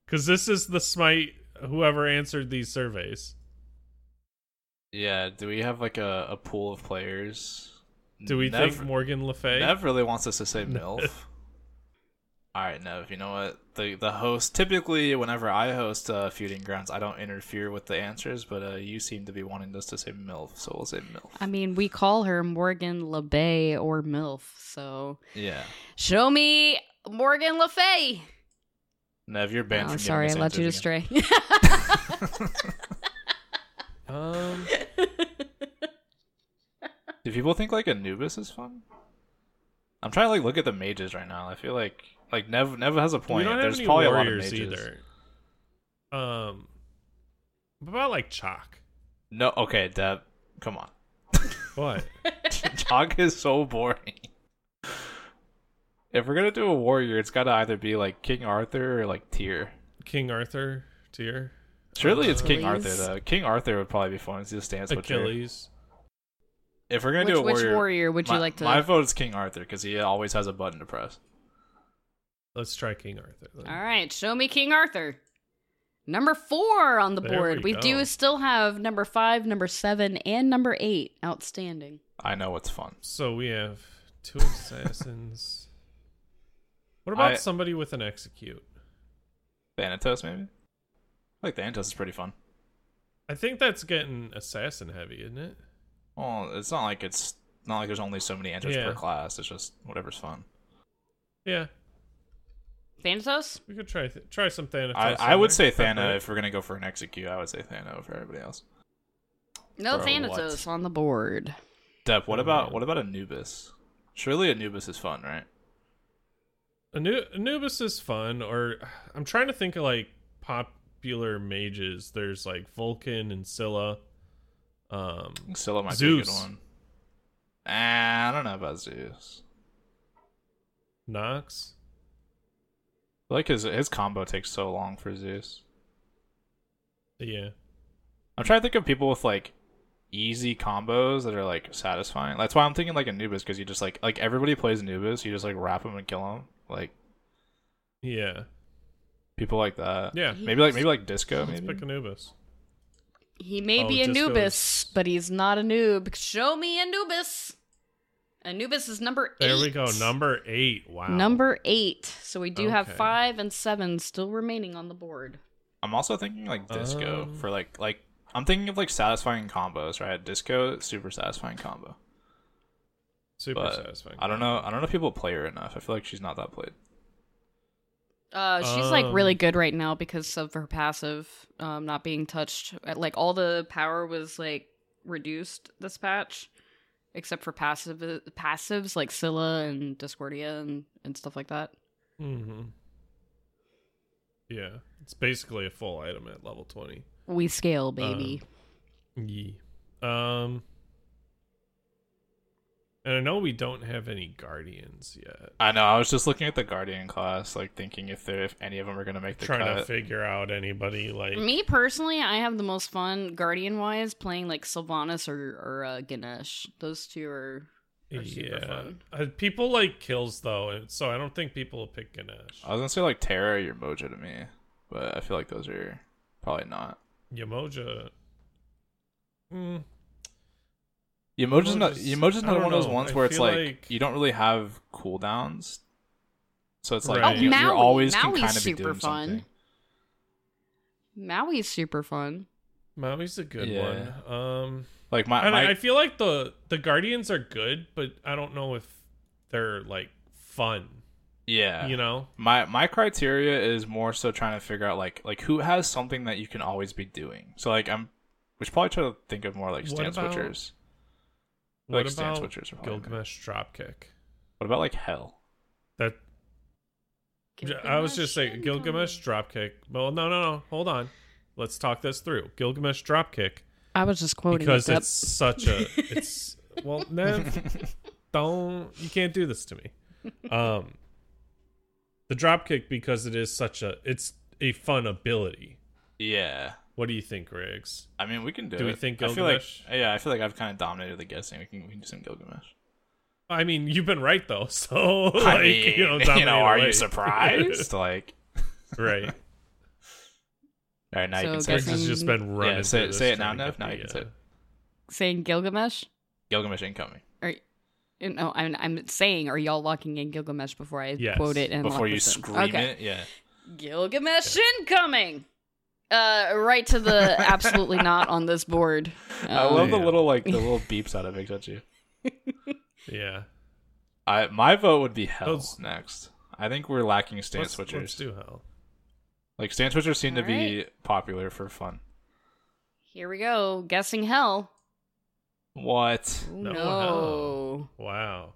Because this is the smite. Whoever answered these surveys.
Yeah. Do we have like a, a pool of players?
Do we
Nev,
think Morgan Le Fay?
Nev really wants us to say MILF. All right, Nev. You know what? The the host typically, whenever I host uh, feuding grounds, I don't interfere with the answers, but uh, you seem to be wanting us to say MILF, so we'll say MILF.
I mean, we call her Morgan LeBay or MILF, so
yeah.
show me Morgan Le Fay.
Nev, you're banned.
Oh,
from giving
sorry, I
us
let you
answers again.
astray.
Um,
Do people think like Anubis is fun? I'm trying to like look at the mages right now. I feel like like Nev Nev has a
we
point.
don't have
There's
any
probably a lot of
warriors
mages.
either. Um, what about like Chalk.
No, okay, Deb, come on.
What?
Chalk is so boring. If we're gonna do a warrior, it's gotta either be like King Arthur or like Tyr.
King Arthur tier.
Surely it's King Arthur
Achilles.
though. King Arthur would probably be fun. It's just dance with Tyr.
Achilles.
If we're gonna
which,
do
which
a warrior,
warrior would you
my,
like to?
My vote is King Arthur because he always has a button to press.
Let's try King Arthur. Then.
All right, show me King Arthur. Number four on the
There
board.
we
We,
go.
do still have number five, number seven, and number eight outstanding.
I know what's fun.
So we have two assassins. What about
I-
somebody with an execute?
Thanatos maybe. I think Thanatos is pretty fun.
I think that's getting assassin heavy, isn't it?
Well, it's not like it's not like there's only so many answers
Yeah.
per class. It's just whatever's fun.
Yeah,
Thanatos?
we could try th- try some Thanatos.
I,
in
I would
there.
say Thana if we're gonna go for an execute. I would say Thana over everybody else.
No
Bro,
Thanatos
what?
on the board.
Dep, what
Oh,
about
man.
what about Anubis? Surely Anubis is fun, right?
Anu- Anubis is fun, or I'm trying to think of like popular mages. There's like Vulcan and Scylla. Um,
Scylla might be a good
Zeus.
one. Ah, I don't know about Zeus.
Nox.
I Like his his combo takes so long for Zeus.
Yeah.
I'm trying to think of people with like easy combos that are like satisfying. That's why I'm thinking like Anubis because you just like like everybody plays Anubis. You just like wrap him and kill him. Like
Yeah.
people like that.
Yeah.
Maybe like maybe like disco.
Let's
Maybe.
pick Anubis.
He may
Oh,
be
it just
Anubis,
goes-
but he's not a noob. Show me Anubis. Anubis is number eight.
There we go. Number eight. Wow.
Number eight. So we do have
Okay.
five and seven still remaining on the board.
I'm also thinking like disco
Um,
for like like I'm thinking of like satisfying combos, right? Disco super satisfying combo.
Super
But
satisfying.
I don't know. I don't know if people play her enough. I feel like she's not that played.
Uh, she's like
Um,
really good right now because of her passive um, not being touched. Uh, Like all the power was like reduced this patch, except for passive passives like Scylla and Discordia and, and stuff like that.
hmm Yeah, it's basically a full item at level twenty.
We scale,
Oh.
baby.
Yee. Um, and I know we don't have any guardians yet.
I know. I was just looking at the guardian class, like thinking if there if any of them are gonna make the
Trying to
cut.
figure out anybody like
Me personally, I have the most fun guardian wise playing like Sylvanas or, or uh, Ganesh. Those two are, are super
yeah.
fun.
Uh, people like kills though, and so I don't think people will pick Ganesh.
I was gonna say like Terra or Moja to me, but I feel like those are probably not.
Yamoja. Mm,
Yamoja's not
Yamoja's-
Yamoja's
I
not
don't
one of those
know.
ones
I
where it's
feel
like,
like-
you don't really have cooldowns, so it's like
Right. Oh,
you,
Maui.
are always
Maui's
can kind of be
super
doing
fun.
something.
Maui's super fun.
Maui's a good
Yeah.
one. Um,
Like my,
I,
my
I feel like the the Guardians are good, but I don't know if they're like fun.
yeah,
You know,
my my criteria is more so trying to figure out like like who has something that you can always be doing. So like I'm, we should probably try to think of more like
What
stance
about-
switchers.
what
Like stance
about
switchers are probably-
Gilgamesh Dropkick?
What about like hell?
That I was just saying Gilgamesh Dropkick. Well, no, no, no. Hold on. Let's talk this through. Gilgamesh Dropkick
I was just quoting
because
it. That-
it's such a it's well, then don't you can't do this to me. Um the Dropkick because it is such a it's a fun ability.
Yeah,
What do you think, Riggs?
I mean we can do.
Do we
it.
think
I feel like
Gilgamesh?
yeah, I feel like I've kind of dominated the guessing. We can we can do some Gilgamesh.
I mean, you've been right though. So like,
I mean,
you know, dominate
are
away.
you surprised? like,
right.
all right, now
So
you can say
Riggs
it.
guessing-
has just been running.
Yeah, say
through
it,
this
say it now,
trying to
Nev.
get
Now
the,
you can say
uh,
it.
saying Gilgamesh?
Gilgamesh incoming.
Or no, I'm I'm saying are y'all locking in Gilgamesh before I
Yes.
quote it and
Before
lock
you
this in?
scream
okay.
it, yeah.
Gilgamesh incoming. Uh, right to the absolutely not on this board.
I
Um,
love the
yeah.
little like the little beeps out of it, don't you?
Yeah.
I my vote would be hell
Those-
next. I think we're lacking stance
Let's-
switchers.
Let's do hell.
Like stance switchers seem to be popular for fun.
Here we go. Guessing hell.
What,
Oh,
No,
no.
hell. Wow.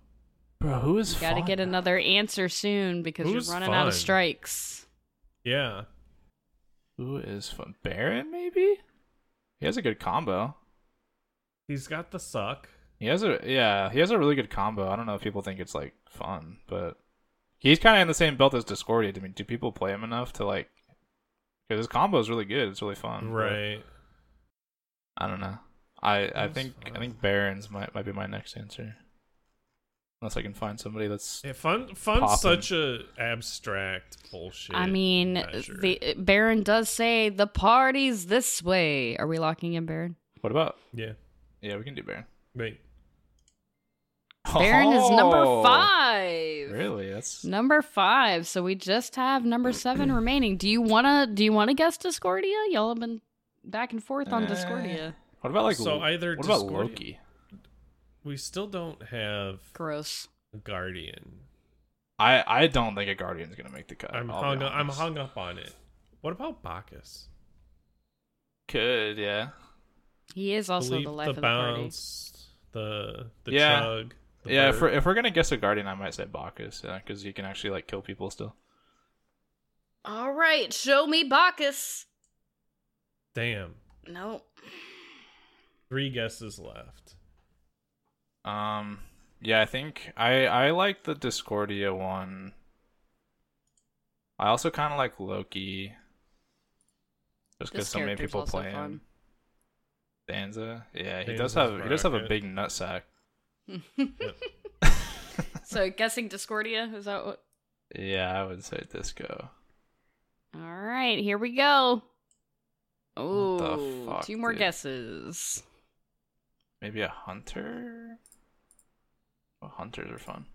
bro? Who is
You gotta
fun?
get another answer soon because
Who's
you're running out of
fun?
strikes.
Yeah.
Who is fun? Baron maybe. He has a good combo.
He's got the suck.
He has a yeah. He has a really good combo. I don't know if people think it's like fun, but he's kind of in the same belt as Discordia. I mean, do people play him enough to like? Because his combo is really good. It's really fun. but
Right.
I don't know. I I
That's
think I
fine.
think Barons might might be my next answer. Unless I can find somebody that's
Yeah, fun fun's
Poppin'.
such a abstract bullshit.
I mean,
measure.
the Baron does say the party's this way. Are we locking in Baron?
what about
Yeah.
yeah we can do Baron.
Wait.
Baron is number
Oh,
five.
Really? That's
Number five. So we just have number seven remaining. Do you wanna? Do you wanna guess Discordia? Y'all have been back and forth on
Eh.
Discordia.
what about like
So
Lo-
either
what about
Discordia-
Loki?
We still don't have
Gross.
a guardian.
I I don't think a Guardian's gonna make the cut.
I'm
I'll be
hung. Up, I'm
honest.
hung up on it. What about Bacchus?
Could yeah.
He is also
Believe
the life of the party.
bounce, the the
Yeah.
chug. the
yeah, if
burp.
we're, if we're gonna guess a guardian, I might say Bacchus, yeah, because he can actually like kill people still.
All right, show me Bacchus.
damn.
No.
Three guesses left.
Um, yeah, I think I I like the Discordia one. I also kind of like Loki, just because
This
so many
character's
people
also
play him.
fun.
Danza, yeah, he does
Danza's
have he does have a
rocket.
big nutsack.
So guessing Discordia is that what?
Yeah, I would say Disco.
All right, here we go.
the
Oh,
fuck,
two more
dude?
guesses.
Maybe a hunter. Oh, hunters are fun.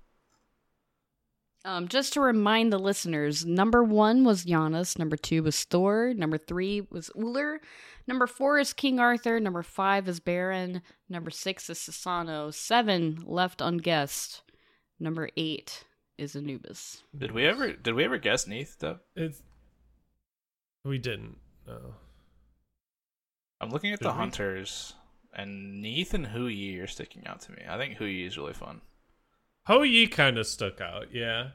Um, just to remind the listeners, number one was Giannis, number two was Thor, number three was Uller, number four is King Arthur, number five is Baron, number six is Sasano, seven left unguessed, number eight is Anubis.
Did we ever did we ever guess Neath though?
It's we didn't. No.
I'm looking at
Did
the
we?
hunters, and Neath and Huyi are sticking out to me. I think Huyi is really fun.
Ho Yi kind of stuck out. Yeah.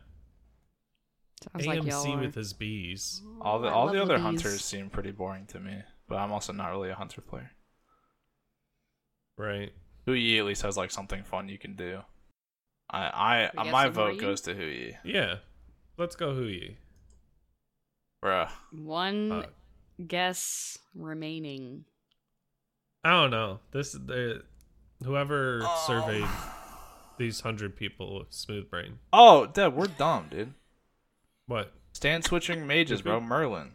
Sounds like
AMC
y'all are.
with his bees.
All the
I
all
love
the other
bees.
hunters seem pretty boring to me, but I'm also not really a hunter player.
Right.
Huyi at least has like something fun you can do. I I
We
my
guessing
vote
Huyi?
goes to Huyi,
Yeah. Let's go Huyi.
bruh.
One
Fuck.
guess remaining.
I don't know. This the whoever surveyed these hundred people with smooth brain.
Oh, Deb, we're dumb, dude.
What?
Stand switching mages, bro. Merlin.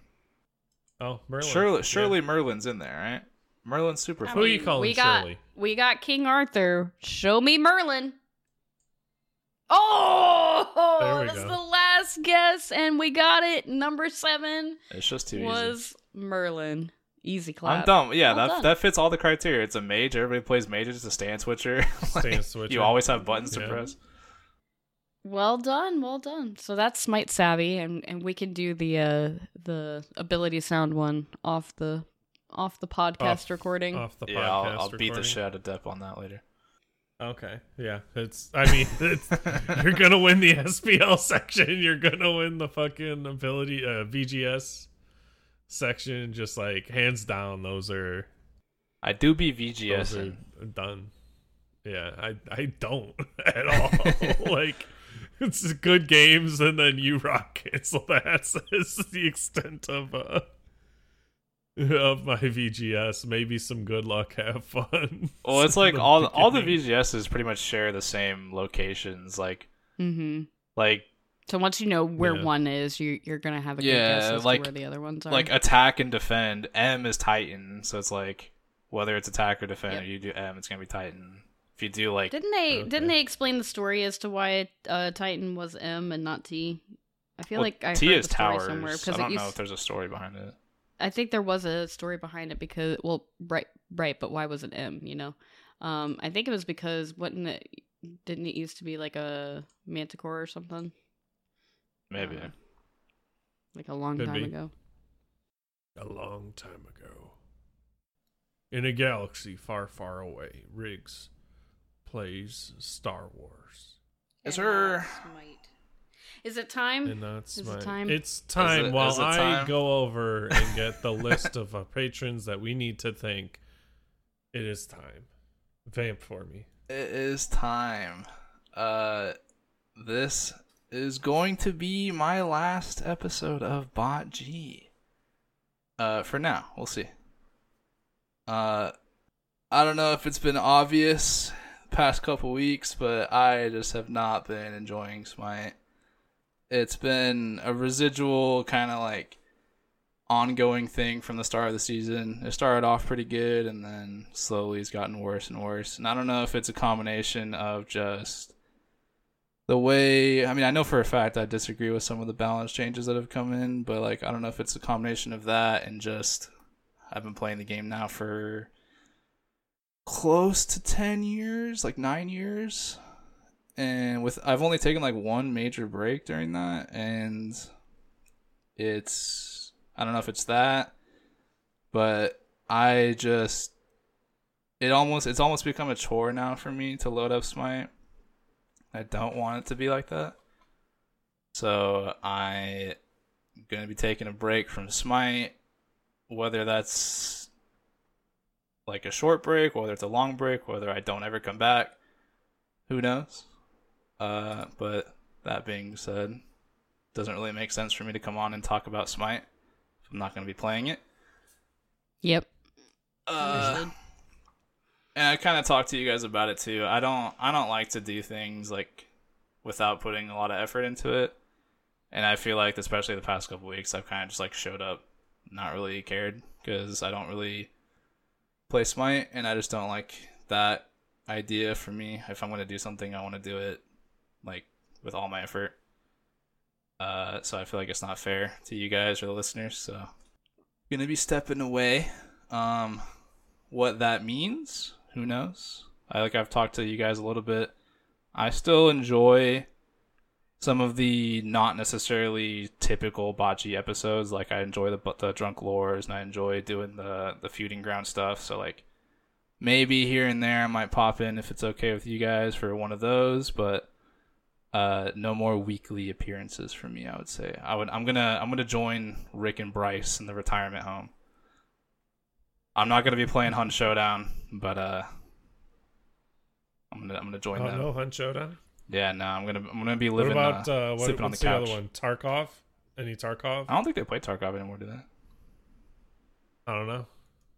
Oh, Merlin.
Surely,
Yeah.
surely Merlin's in there, right? Merlin's super
Who
fun.
are you calling
we got
Shirley?
we got King Arthur. Show me Merlin. Oh,
There we
that's
go.
the last guess, and we got it. Number seven
It's just too easy.
was Merlin. Easy clap.
I'm dumb. Yeah,
Well
that
done.
that fits all the criteria. It's a mage. Everybody plays mages. It's a stand switcher.
Stand switcher.
You always have buttons to
Yeah.
press.
Well done, well done. So that's Smite Savvy and, and we can do the uh the ability sound one off the off the podcast
Off-
recording.
off the
Yeah,
podcast
I'll, I'll beat the
recording.
shit out of Depp on that later.
Okay. Yeah. It's. I mean, it's, you're gonna win the SPL section. You're gonna win the fucking ability uh, VGS section. Just like hands down, those are
I do beat
those
VGS.
are
and-
done. Yeah. I I don't at all. like it's just good games, and then you rock it. So that's, that's the extent of uh of my VGS. Maybe some good luck. Have fun.
Well, it's like
The
all all the
beginning.
VGSs pretty much share the same locations. Like
mm-hmm.
like
So once you know where
Yeah.
one is, you you're gonna have a good
Yeah,
guess as
like-
to where the other ones are.
like attack and defend. M is Titan, so it's like whether it's attack or defend,
Yep.
if you do M, it's gonna be Titan. If you do like
didn't they
Okay.
didn't they explain the story as to why uh, Titan was M and not T? I feel
well,
like I
T
heard
is
the story
towers.
somewhere
I
because
don't
it used
know if there's a story behind it.
I think there was a story behind it because well right right but why was it M you know um I think it was because wasn't it didn't it used to be like a manticore or something
Maybe.
Uh, like a long
Could
time
be.
ago
a long time ago. In a galaxy far, far away, Riggs plays Star Wars.
Is
And
her-
not smite.
is it time
And that's
Mm. Is it
my-
time?
It's time
Is it-
while
is it
I
time?
go over and get the list of our patrons that we need to thank. It is time. Vamp for me.
It is time. Uh, this is going to be my last episode of Bot G. Uh, for now, we'll see. Uh, I don't know if it's been obvious the past couple weeks, but I just have not been enjoying Smite. It's been a residual kind of like ongoing thing from the start of the season. It started off pretty good and then slowly it's gotten worse and worse. And I don't know if it's a combination of just the way I mean, I know for a fact I disagree with some of the balance changes that have come in, but like I don't know if it's a combination of that and just I've been playing the game now for close to 10 years, like 9 years. And with I've only taken like one major break during that and it's I don't know if it's that, but I just it almost it's almost become a chore now for me to load up Smite. I don't want it to be like that. So I gonna be taking a break from Smite, whether that's like a short break, whether it's a long break, whether I don't ever come back, who knows? Uh, but that being said, doesn't really make sense for me to come on and talk about Smite. if I'm not going to be playing it.
yep
Uh, and I kind of talked to you guys about it too. I don't I don't like to do things like without putting a lot of effort into it. And I feel like especially the past couple weeks I've kind of just like showed up not really cared cuz I don't really play Smite and I just don't like that idea for me. If I'm going to do something, I want to do it like with all my effort. Uh so I feel like it's not fair to you guys or the listeners, so going to be stepping away. Um what that means. Who knows? I like I've talked to you guys a little bit. I still enjoy some of the not necessarily typical bocce episodes. Like I enjoy the the drunk lores and I enjoy doing the the feuding ground stuff. So like maybe here and there I might pop in if it's okay with you guys for one of those, but uh, no more weekly appearances for me. I would say I would. I'm gonna. I'm gonna join Rick and Bryce in the retirement home. I'm not gonna be playing Hunt Showdown, but uh, I'm gonna. I'm gonna join
Oh
them.
no, Hunt Showdown.
Yeah, no, I'm gonna. I'm gonna be
What
living.
about
uh,
uh, what,
sleeping on
what's
the
the,
couch.
other one? Tarkov. Any Tarkov?
I don't think they play Tarkov anymore, do they?
I
I
don't know.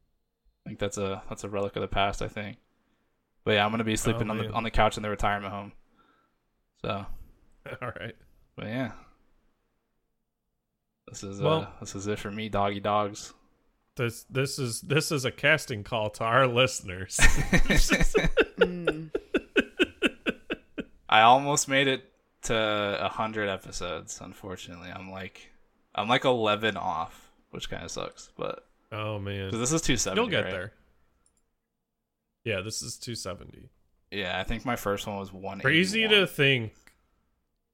think that's a that's a relic of the past. I think. But yeah, I'm gonna be sleeping on the
Oh, man.
on the couch in the retirement home. So,
All right.
but yeah, this is uh,
Well-
this is it for me, doggy dogs.
This this is this is a casting call to our listeners.
Mm.
I almost made it to hundred episodes. Unfortunately, I'm like I'm like eleven off, which kind of sucks. But
Oh man,
Because this is 270.
you'll get
right?
there. Yeah, this is 270.
Yeah, I think my first one was 181.
Crazy to think.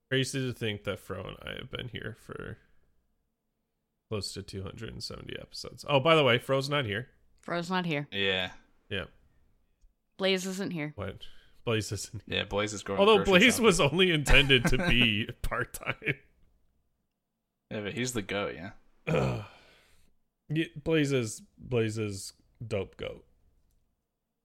Crazy to think that Fro and I have been here for close to 270 episodes. Oh, by the way, Fro's not here.
Fro's not here.
Yeah.
Yeah,
Blaze isn't here.
what? Blaze isn't.
Yeah, Blaze is growing.
Although
grocery
Blaze
shopping.
was only intended to be part time.
Yeah, but he's the goat, yeah.
Ugh. Yeah, Blaze is Blaze is dope goat.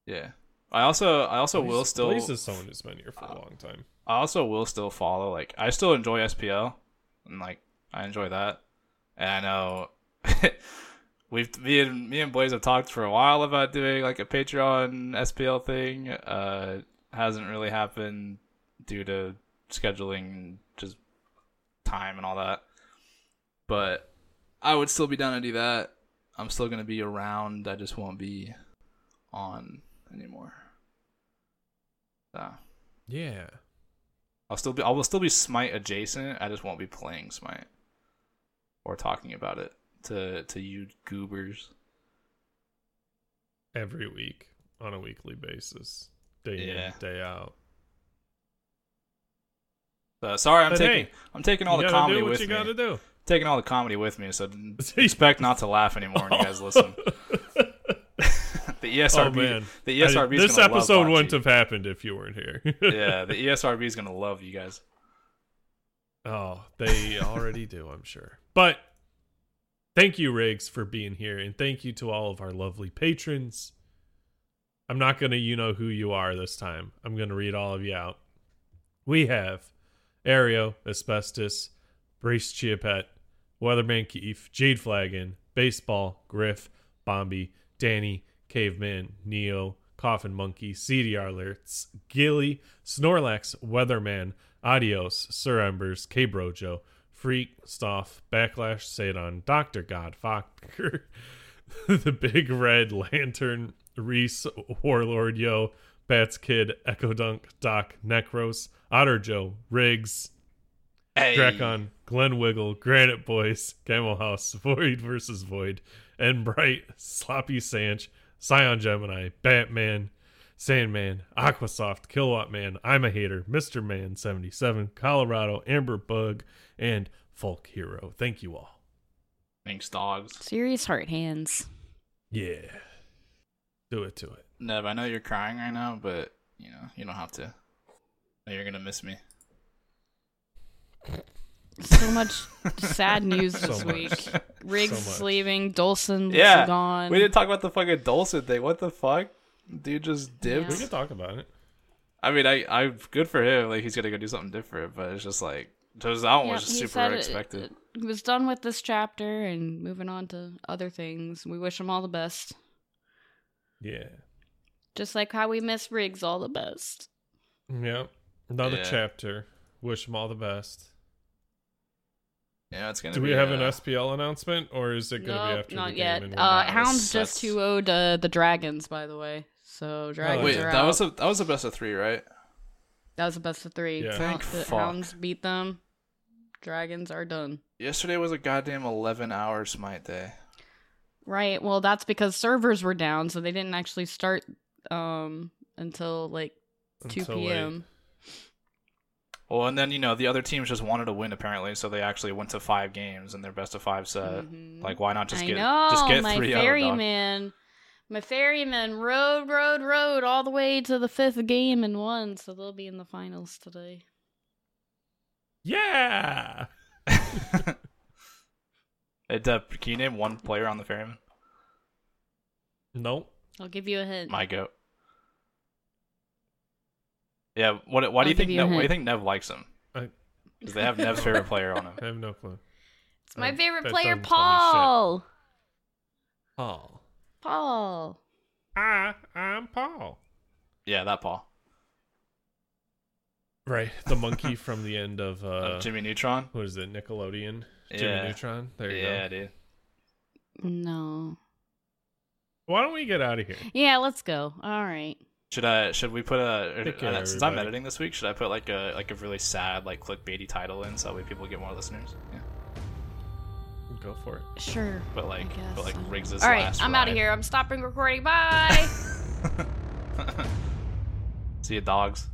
Yeah. I also I also
Blaze-
will still Oh.
Blaze is someone who's been here for a long time.
I also will still follow. Like I still enjoy SPL, and like I enjoy that. And I know we've me and me and Blaze have talked for a while about doing like a Patreon SPL thing. Uh, hasn't really happened due to scheduling, and just time and all that. But I would still be down to do that. I'm still gonna be around. I just won't be on anymore. So.
Yeah.
I'll still be I will still be Smite adjacent. I just won't be playing Smite or talking about it to to you goobers.
Every week on a weekly basis. Day
Yeah.
in, day out.
So Uh, sorry, I'm
But
taking
hey,
I'm taking all
you
the
gotta
comedy
do what
with
you
me.
gotta do.
Taking all the comedy with me, so d- expect not to laugh anymore when you guys listen. the E ESRB,
oh man.
the
I-
ESRB. 's
this
gonna love
episode wouldn't
Bocce.
have happened if you weren't here.
yeah, the E ESRB is gonna love you guys.
Oh, they already do, I'm sure. But thank you, Riggs, for being here, and thank you to all of our lovely patrons. I'm not gonna you know who you are this time. I'm gonna read all of you out. We have Ario, Asbestos, Brace Chiapet, Weatherman Keef, Jade Flagon, Baseball, Griff, Bombi, Danny, Caveman, Neo, Coffin Monkey, CDR Alerts, Gilly, Snorlax, Weatherman, Adios, Sir Embers, Cabrojo, Freak, Stoff, Backlash, Sadon, Dr. God, Fokker, the Big Red Lantern, Reese, Warlord Yo, Bats Kid, Echo Dunk, Doc, Necros, Otter Joe, Riggs,
Hey,
Drakon, Glenn Wiggle, Granite Boys, Camel House, Void versus Void, and Bright, Sloppy Sanch, Scion Gemini, Batman, Sandman, Aquasoft, Kilowatt Man, I'm a Hater, Mr. Man 77, Colorado, Amber Bug, and Folk Hero. Thank you all.
thanks, dogs.
Serious heart hands.
Yeah. Do it to it.
Nev, I know you're crying right now, but you know you don't have to. I know You're gonna miss me.
So much sad news
So
this
much.
week. Riggs
So much.
leaving. Dolson
Yeah,
gone.
we didn't talk about the fucking Dulcet thing. What the fuck? Dude just dipped.
We can talk about it.
I mean, I, I, good for him. Like he's gonna go do something different, but it's just like just, that one
Yeah,
was just
he
super
said it-
unexpected.
it- He was done with this chapter and moving on to other things. We wish him all the best.
Yeah.
Just like how we miss Riggs all the best.
Yep. Another
Yeah.
chapter. Wish them all the best.
yeah, it's gonna.
Do
be,
we have an
uh,
SPL announcement, or is it going to be
Nope,
after
not
the
yet.
game? and
Uh,
we're-
Hound's
That's-
just too owed uh, the dragons, by the way.
Oh,
So dragons
Wait,
are
that
out.
was a that was a best of three, right?
that was the best of three.
Yeah.
Thank
the
fuck.
Hounds beat them. Dragons are done.
Yesterday was a goddamn eleven hour smite day.
Right. Well, that's because servers were down, so they didn't actually start um until like two
Until late.
p.m.
Well, and then you know the other teams just wanted to win apparently, so they actually went to five games in their best of five set.
Mhm.
uh, Like, why not just
I
get
know
just get
my
three out?
ferryman, my ferryman rode, rode, rode all the way to the fifth game and won, so they'll be in the finals today.
Yeah.
Dog. Hey, Deb, can you name one player on the ferryman?
Nope.
I'll give you a hint.
My goat. Yeah. What? Why
I'll
do you
give
think?
you a
Nev, why do you
hint.
think Nev likes him?
I,
Because they have Nev's favorite player on him.
I have no clue.
it's my
Oh,
favorite
that
player,
doesn't tell me shit.
Paul.
Paul.
Paul.
I I'm Paul.
Yeah, that Paul.
Right, the monkey from the end of uh,
Uh, Jimmy Neutron.
what is it? Nickelodeon.
Yeah.
Jimmy Neutron. There you
yeah,
go.
dude.
No.
Why don't we get out of here?
Yeah, let's go. All right.
Should I? Should we put a?
Take care,
uh, since I'm
everybody.
editing this week, should I put like a like a really sad like clickbaity title in so that way people get more listeners? Yeah.
Go for it.
Sure.
But like,
guess.
but like Riggs is
All right,
last
I'm out of
ride.
here. I'm stopping recording. Bye.
See you, dogs.